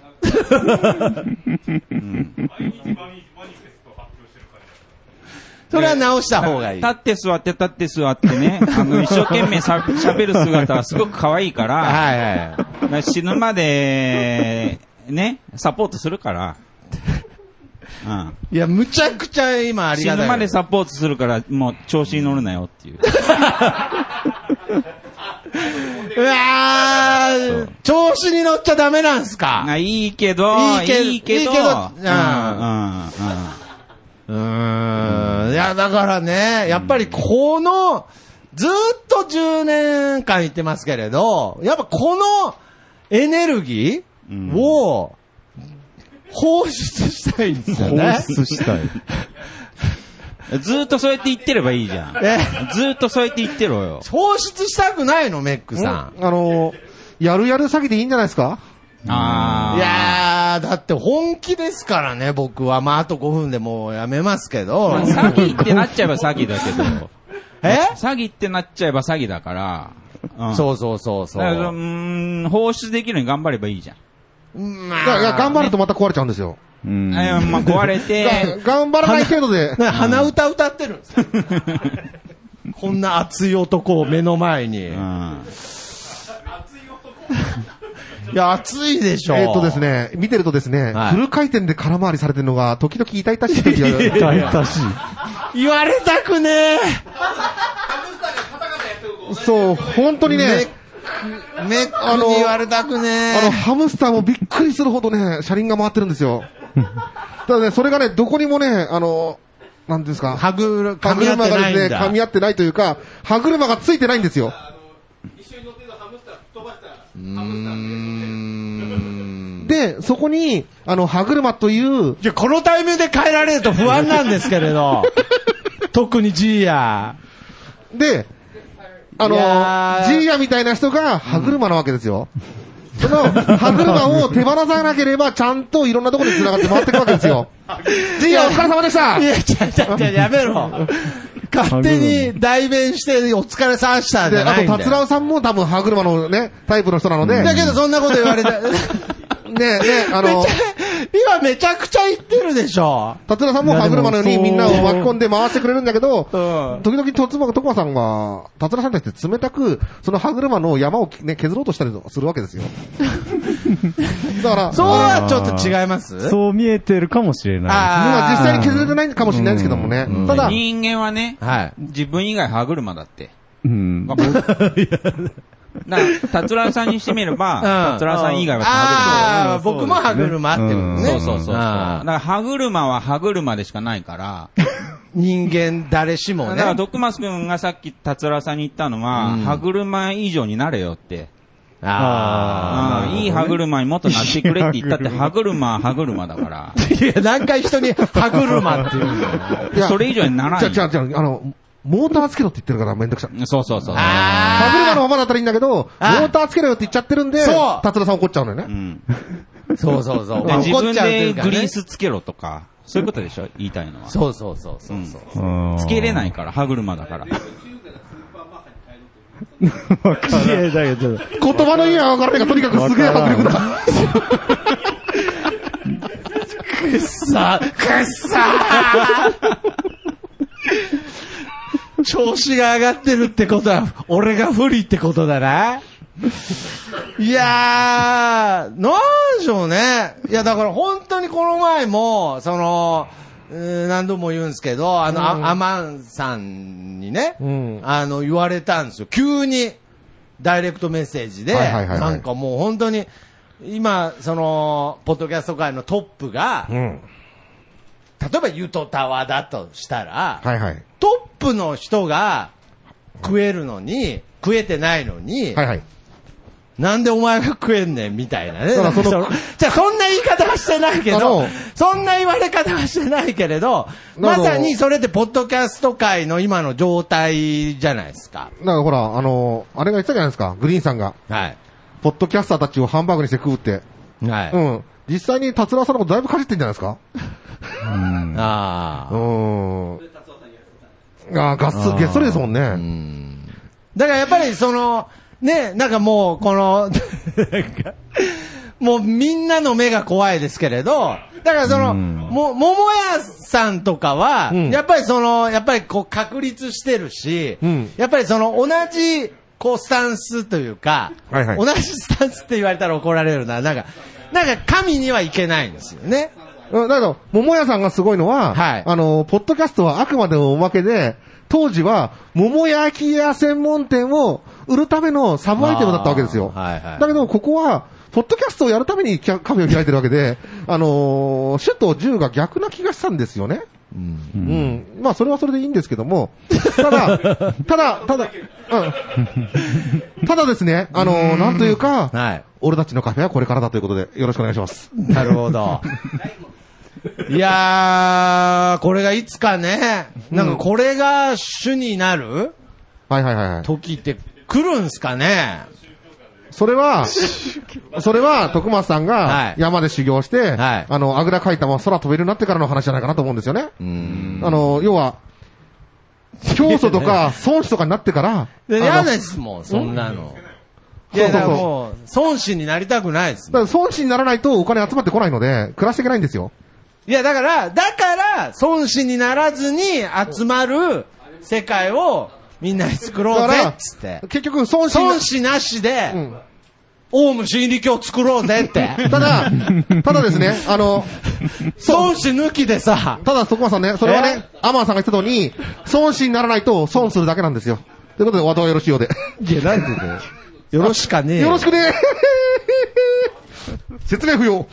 E: それは直した方がいい
G: 立。って座って立って座って ね、あの、一生懸命さ喋る姿はすごく可愛いから、
E: はいはいはい。
G: だから死ぬまで、ね、サポートする から。うん。
E: いや、むちゃくちゃ今あり
G: 死
E: がたい。
G: ぬまでサポートするから、もう調子に乗るなよって いう。
E: うわー、調子に乗っちゃダメなんすか
G: あいいけど、
E: い
G: い
E: い
G: い
E: け
G: け
E: ど
G: ど、
E: いいけど
G: うんうんうん
E: うーん。いや、だからね、やっぱりこの、ずーっと10年間言ってますけれど、やっぱこのエネルギーを放出したいんですよ
F: 放
E: ね。
F: 出したい。
G: ずーっとそうやって言ってればいいじゃん。
E: え
G: ずーっとそうやって言ってろよ。
E: 放出したくないの、メック
D: うん
E: さ
D: あの、やるやる詐欺でいいんじゃないですか
G: あ
E: ん。
G: あ。
E: いやー、だって本気ですからね、僕は。まあ、あと5分でもうやめますけど。
G: まあ詐欺ってなっちゃえば詐欺だけど。
E: え
G: 詐欺ってなっちゃえば詐欺だから。うん
E: そうそうそうそ
G: だからう
E: う。
G: ーん、放出できるように頑張ればいいじゃん。
E: うん
D: いやいや頑張るとまた壊れちゃうんですよ。
F: うん。
G: あいやまあ、壊れ て、
D: が頑張らない程度で、
E: な鼻歌歌ってるん ですかこんな熱い男を目の前に。
G: う
E: い
G: ん。
E: や、熱いでしょ。
D: えっとです。ね、見てるとですね、
E: はい
D: フル回転で空回りされてるのが、時々痛々しい時が
F: 痛々しい。
E: 言われたくねえ。
D: そう、本当にね、
E: めっ
D: あ
E: に
D: の
E: 言われたくねえ
D: あの、。ハムスターもびっくりするほどね、車輪が回ってるんで すよ。ただね、それがね、どこにもね、あの、なんていうんですか、
E: 歯車
D: 歯
E: 噛み合
D: 車
E: って
D: が
E: ない
D: で
E: ん
D: すね、噛み
E: だ。
D: 合ってないというか、歯車がついてないんですよ。で、そこに、あの、歯車という、
E: いや、このタイミングで変えられると不安なんですけれど。特にジーヤ。
D: で、あ
E: いやー
D: の、ジーヤみたいな人が歯車なわけですよ。その歯車を手放さなければ、ちゃんといろんなところに繋がって回っていくわけですよ。ジーヤお疲れ様でした
E: いや、ちゃちゃちゃ、やめろ。勝手に代弁して、お疲れさんしたんじ
D: で、
E: ゃ
D: あ
E: ないんだよ。
D: と、達郎さんも多分歯車のね、タイプの人なので、
E: だけど、そんなこと言われた。
D: ねねあの
E: めち、ゃ今めちゃくちゃ言ってるでしょ。
D: 達郎さんも歯車のよう
F: い
D: に
F: やでも
D: みんなを巻き込んで回してくれるんだけど、
E: うん
D: 時々、とつま、とくまさんが、達郎さんに対して冷たく、その歯車の山をね、削ろうとしたりするわけで すよ。だから、
E: そうはちょっと違います
F: そう見えてるかもしれない。
D: まあ実際
E: あ
D: に削れてないかもしれないですけどもね。ただ、
G: 人間はね、
E: ーはい。
G: 自分以外歯車だ って。
F: うん。
G: わかるだから、達郎さんにしてみれば、達郎さん以外は
E: ああ
G: 歯
E: ー、僕も歯車ってこと
F: ー
G: 車。そう
E: ね。
G: そうそうそう。だ
E: あー
G: から歯車は歯車でしかないから、
E: 人間誰しも
G: だ
E: ね
G: から。徳松くんがさっき達郎さんに言ったのは、歯車以上になれよって。
E: あ
G: うんいい歯車にもっとなってくれって言 ったって、歯車は歯車だから。
E: あ。いや、何回人に歯車っていうんだよ。
D: いや
G: それ以上になら
D: じ
G: な
D: ゃ
G: い。
D: じゃじゃあの、モーターつけろって言ってるからめんどくさい。
G: そうそうそう。
E: あ
D: 歯車のままだったらいいんだけど、モ
E: あー
D: ーターつけろよって言っちゃってるんで
E: そう、
D: 達郎さん怒っちゃうのよ
G: う
D: ね。
G: ん。
E: あ。そうそうそう。
G: で自
E: 怒っ
G: 分
E: ちゃうという
G: で
E: か
G: グ
E: ね
G: リー。スつけろとか、そういうことでしょ言いたいのは。
E: そうそうそうそうそう。
F: うん
G: つけれないから、歯車だから。
F: わかんないだけど。
D: 言葉の意味はわからないが、とにかくすげえ迫力だ。
E: くっさくっさー調子が上がってるってことは、俺が不利ってことだな。いやー、なんでしょうね。いや、だから本当にこの前も、その、うーん何度も言うんですけど、あの、あアマンさんにね、
D: うん
E: あの、言われたんですよ。急に、ダイレクトメッセージで、
D: はいはいはいはい
E: なんかもう本当に、今、その、ポッドキャスト界のトップが、
D: うん。
E: 例えばユトタワだとしたら、
D: はいはい。
E: トップの人が食えるのに、食えてないのに、
D: はいはい。
E: なんでお前が食えんねんみたいなね。
D: だからその
E: その じゃあそんな言い方はしてないけ
D: あ
E: ど
D: の、
E: そんな言われ方はしてないけれど、
D: な
E: ま
D: るほど
E: さにそれってポッドキャスト界の今の状態じゃないですか。
D: だからほら、あのーあれが言ってたじゃないですか、グリーンさんが。
E: はい。
D: ポッドキャスターたちをハンバーグにして食うって。
E: はい。
D: うん。実際に達郎さんのことだいぶかじってんじゃないですか
E: あ
D: う
E: あ。
D: ーん。ああ、ガッツ、げっそりですもんね。
E: だからやっぱりその、ね、なんかもう、この、 なんか、もうみんなの目が怖いですけれど、だからその、も、桃屋さんとかは、
D: ん
E: やっぱりその、やっぱりこう確立してるし、
D: うん
E: やっぱりその同じ、こうスタンスというか、
D: はいはい
E: 同じスタンスって言われたら怒られるな、なんか、なんか神にはいけないんですよね。
D: うん、だけど、桃屋さんがすごいのは、
E: はい
D: あのー、ポッドキャストはあくまでもおまけで、当時は、桃焼き屋専門店を売るためのサブアイテムだったわけですよ。
E: あーはいはい
D: だけど、ここは、ポッドキャストをやるためにキャカフェを開いてるわけで、あのー、主と銃が逆な気がしたんですよね。うん。まあ、それはそれでいいんですけども、た だ、ただ、ただ、うん。ただですね、あのー、なんというか、
E: はい。
D: 俺たちのカフェはこれからだということで、よろしくお願いします。
E: なるほど。いやー、これがいつかね、なんかこれが主になる
D: はいはいはいはい。
E: 時って来るんすかね
D: それは、それは、徳松さん
E: は
D: が
E: い
D: 山で修行して、
E: はい
D: あの、あぐらかいたまま空飛べるようになってからの話じゃないかなと思うんですよね。あの、要は、教祖とか、孫子とかになってから、
E: で
D: あの
E: 嫌ですもん、そんなの。いや、
D: そう
E: だから
D: そうそう
E: もう、孫子になりたくないですもん。
D: だから孫子にならないとお金集まってこないので、暮らしていけないんですよ。
E: いや、だから、だから、孫子にならずに集まる世界をみんなで作ろ
D: だ
E: う
D: か
E: ぜ
D: ら
E: っつって、。
D: 結局、孫子に
E: 孫子なしで、
D: うん
E: オウム真理教作ろうぜって。
D: ただ、ただですね、あの、
E: 孫子抜きでさ、
D: ただ、徳松さんね、それはね、アマンさんが言ってたのに、孫子にならないと損するだけなんですよ。ということで、お後はよろしいようで。
E: いや、なんでだよ。よろしかねえ
D: よろしくね 説明不要。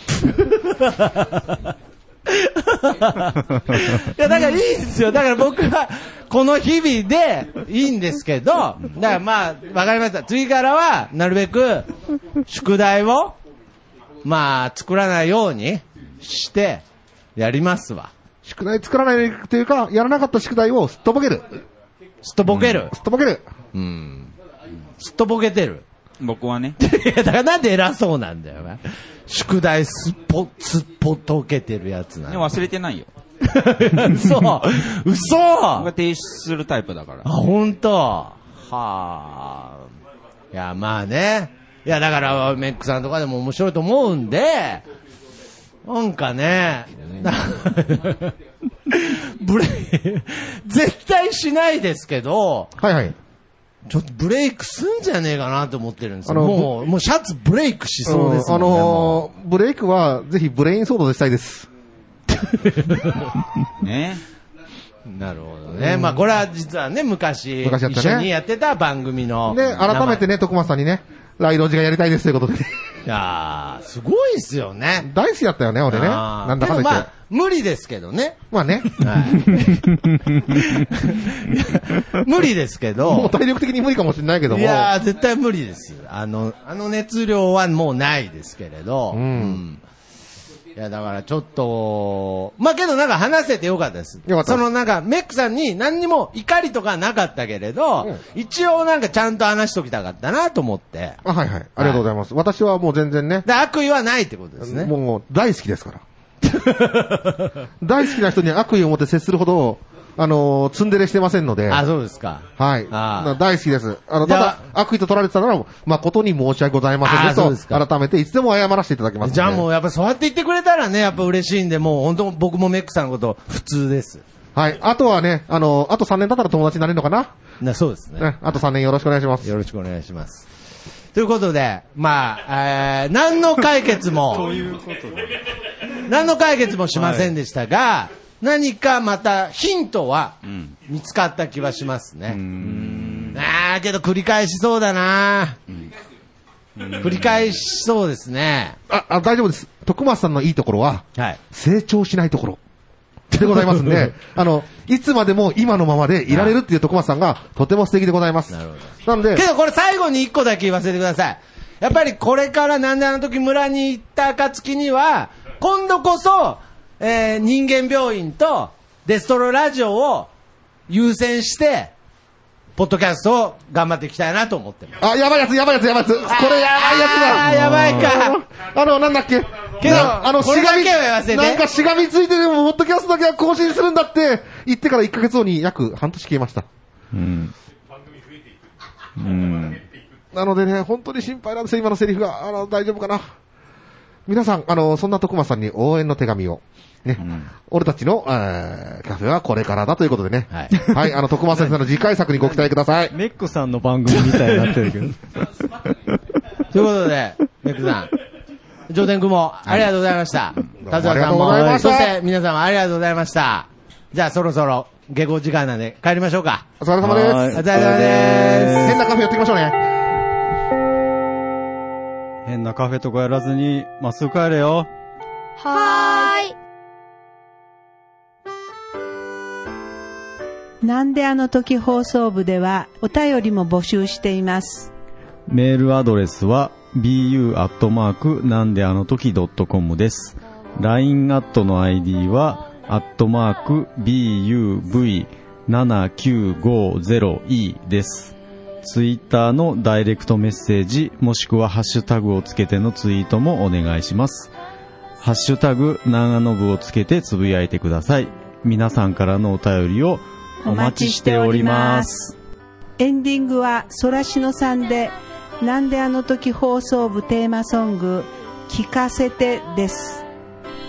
E: いや、だからいいですよ。だから僕は、この日々でいいんですけど、だからまあ、わかりました。次からは、なるべく、宿題を、まあ、作らないようにして、やりますわ。
D: 宿題作らないというか、やらなかった宿題をすっとぼける。
E: すっとぼける。
D: すっとぼける。
E: すっとぼけてる。
G: 僕はね。
E: いや、だからなんで偉そうなんだよ、お前宿題すっぽ、すっぽとけてるやつな
G: で
E: の。
G: も忘れてないよ。
E: そう。嘘
G: 僕が提出するタイプだから
E: あ、。本当はあ。いや、まあね。いや、だから、メックさんとかでも面白いと思うんで、なんかね、 ブレイ、絶対しないですけど、
D: はいはい。
E: ちょっとブレイクすんじゃねえかなと思ってるんですよ。
D: あの
E: もう、もうシャツブレイクしそうですも
D: あ
E: んね。も
D: のー、ブレイクは、ぜひブレイン騒動でしたいです。
G: ね。
E: うなるほどね。まあ、これは実はね、昔、
D: 昔やったね
E: 一緒にやってた番組の。
D: で、改めて
E: ね。
D: ね、徳松さんにね、ライドジがやりたいですということ
E: い
D: で。
E: やーすごいですよね。
D: 大好きだったよね、俺ね。
E: あー
D: なんだかんだ言っ
E: でもま
D: て
E: あ。、無理ですけどね。
D: ま あね。
E: 無理ですけ
D: もう
E: ど。
D: 体力的に無理かもしれないけど
E: い
D: も。
E: やー、絶対無理です。あの、あの熱量はもうないですけれど。
D: うん
E: うんいや、だからちょっと、まあけどなんか話せてよかったです。
D: よかったで
E: そ
D: す
E: のなんか、メックさんに何にも怒りとかなかったけれど、
D: う
E: 一応なんかちゃんと話しときたかったなと思って。
D: あ、はいはい。ありがとうございます。私はもう全然ね、
E: で、悪意はないってことですね。
D: もう大好きですから。大好きな人に悪意を持って接するほど、あのー、ツンデレしてませんので。
E: あ、そうですか。
D: はい。
E: あー
D: な大好きです。あの、
E: じ
D: た
E: ゃ
D: だ、悪意と取られてたなら、誠に申し訳ございません
E: あーそうで
D: ね
E: す
D: と、
E: か
D: 改めていつでも謝らせていただきますので。
E: じゃあもうやっぱそうやって言ってくれたらね、やっぱ嬉しいんで、もう本当僕もメックさんのこと普通です。
D: はい。あとはね、あのー、あと3年経ったら友達になれるのかな
E: なそうですね。
D: ね。あと3年よろしくお願いします。
E: よろしくお願いします。ということで、まあ、えー、何の解決 も、何の解決もしませんでしたが、何かまたヒントは見つかった気はしますね。あーけど繰り返しそうだな、繰り返しそうですね。
D: あ、あ、大丈夫です。徳松さんのいいところは、
E: はい。
D: 成長しないところ。でございますん で、あの、いつまでも今のままでいられるっていう徳松さんがとても素敵でございます。なるほど。なんで
E: け、どこれ最後に一個だけ言わせてください。やっぱりこれからなんであの時村に行った暁には、今度こそ、えー人間病院とデストロラジオを優先して、ポッドキャストを頑張っていきたいなと思ってます。
D: あ、やばいやつ、やばいやつ、やばいやつ。これやばいやつだ。
E: あーやばいか。
D: あの、なんだっけ。
E: けど
D: なあの、
E: これだけは言わせて
D: なんかしがみついてでも、ポッドキャストだけは更新するんだって、言ってから1ヶ月後に約半年消えました。
F: うん。うん。
D: なのでね、本当に心配なんですよ、今のセリフが。あの、大丈夫かな。皆さん、あの、そんな徳間さんに応援の手紙を。ね、俺たちの、えー、カフェはこれからだということでね。
E: はい
D: はい、あの、徳間さんの次回作にご期待ください。
F: メックさんの番組みたいになってるけど。
E: ということで、メクさん、上天君もありがとうございました。
D: どう
E: 達也
D: もあ
E: さ
D: りがと
E: ん
D: うご
E: も
D: ざいまし
E: そ
D: た
E: して皆様ありがとうございました。じゃあそろそろ下校時間なんで帰りましょうか。
D: お疲れ様です。
F: はい
E: お疲れ様です。
D: 変なカフェやっていきましょうね。
F: 変なカフェとかやらずに、まっすぐ帰れよ。
H: なんであの時放送部ではお便りも募集しています。
F: メールアドレスは bu なんであの時 .com です。LINE アットの ID は、アットマーク buv7950e です。ツイッターのダイレクトメッセージ、もしくはハッシュタグをつけてのツイートもお願いします。ハッシュタグ、長野部をつけてつぶやいてください。皆さんからのお便りをお待ちしております。
H: エンディングはソラシノさんで、なんであの時放送部テーマソング、聞かせてです。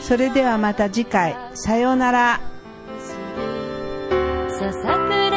H: それではまた次回、さようなら。
I: ささくれ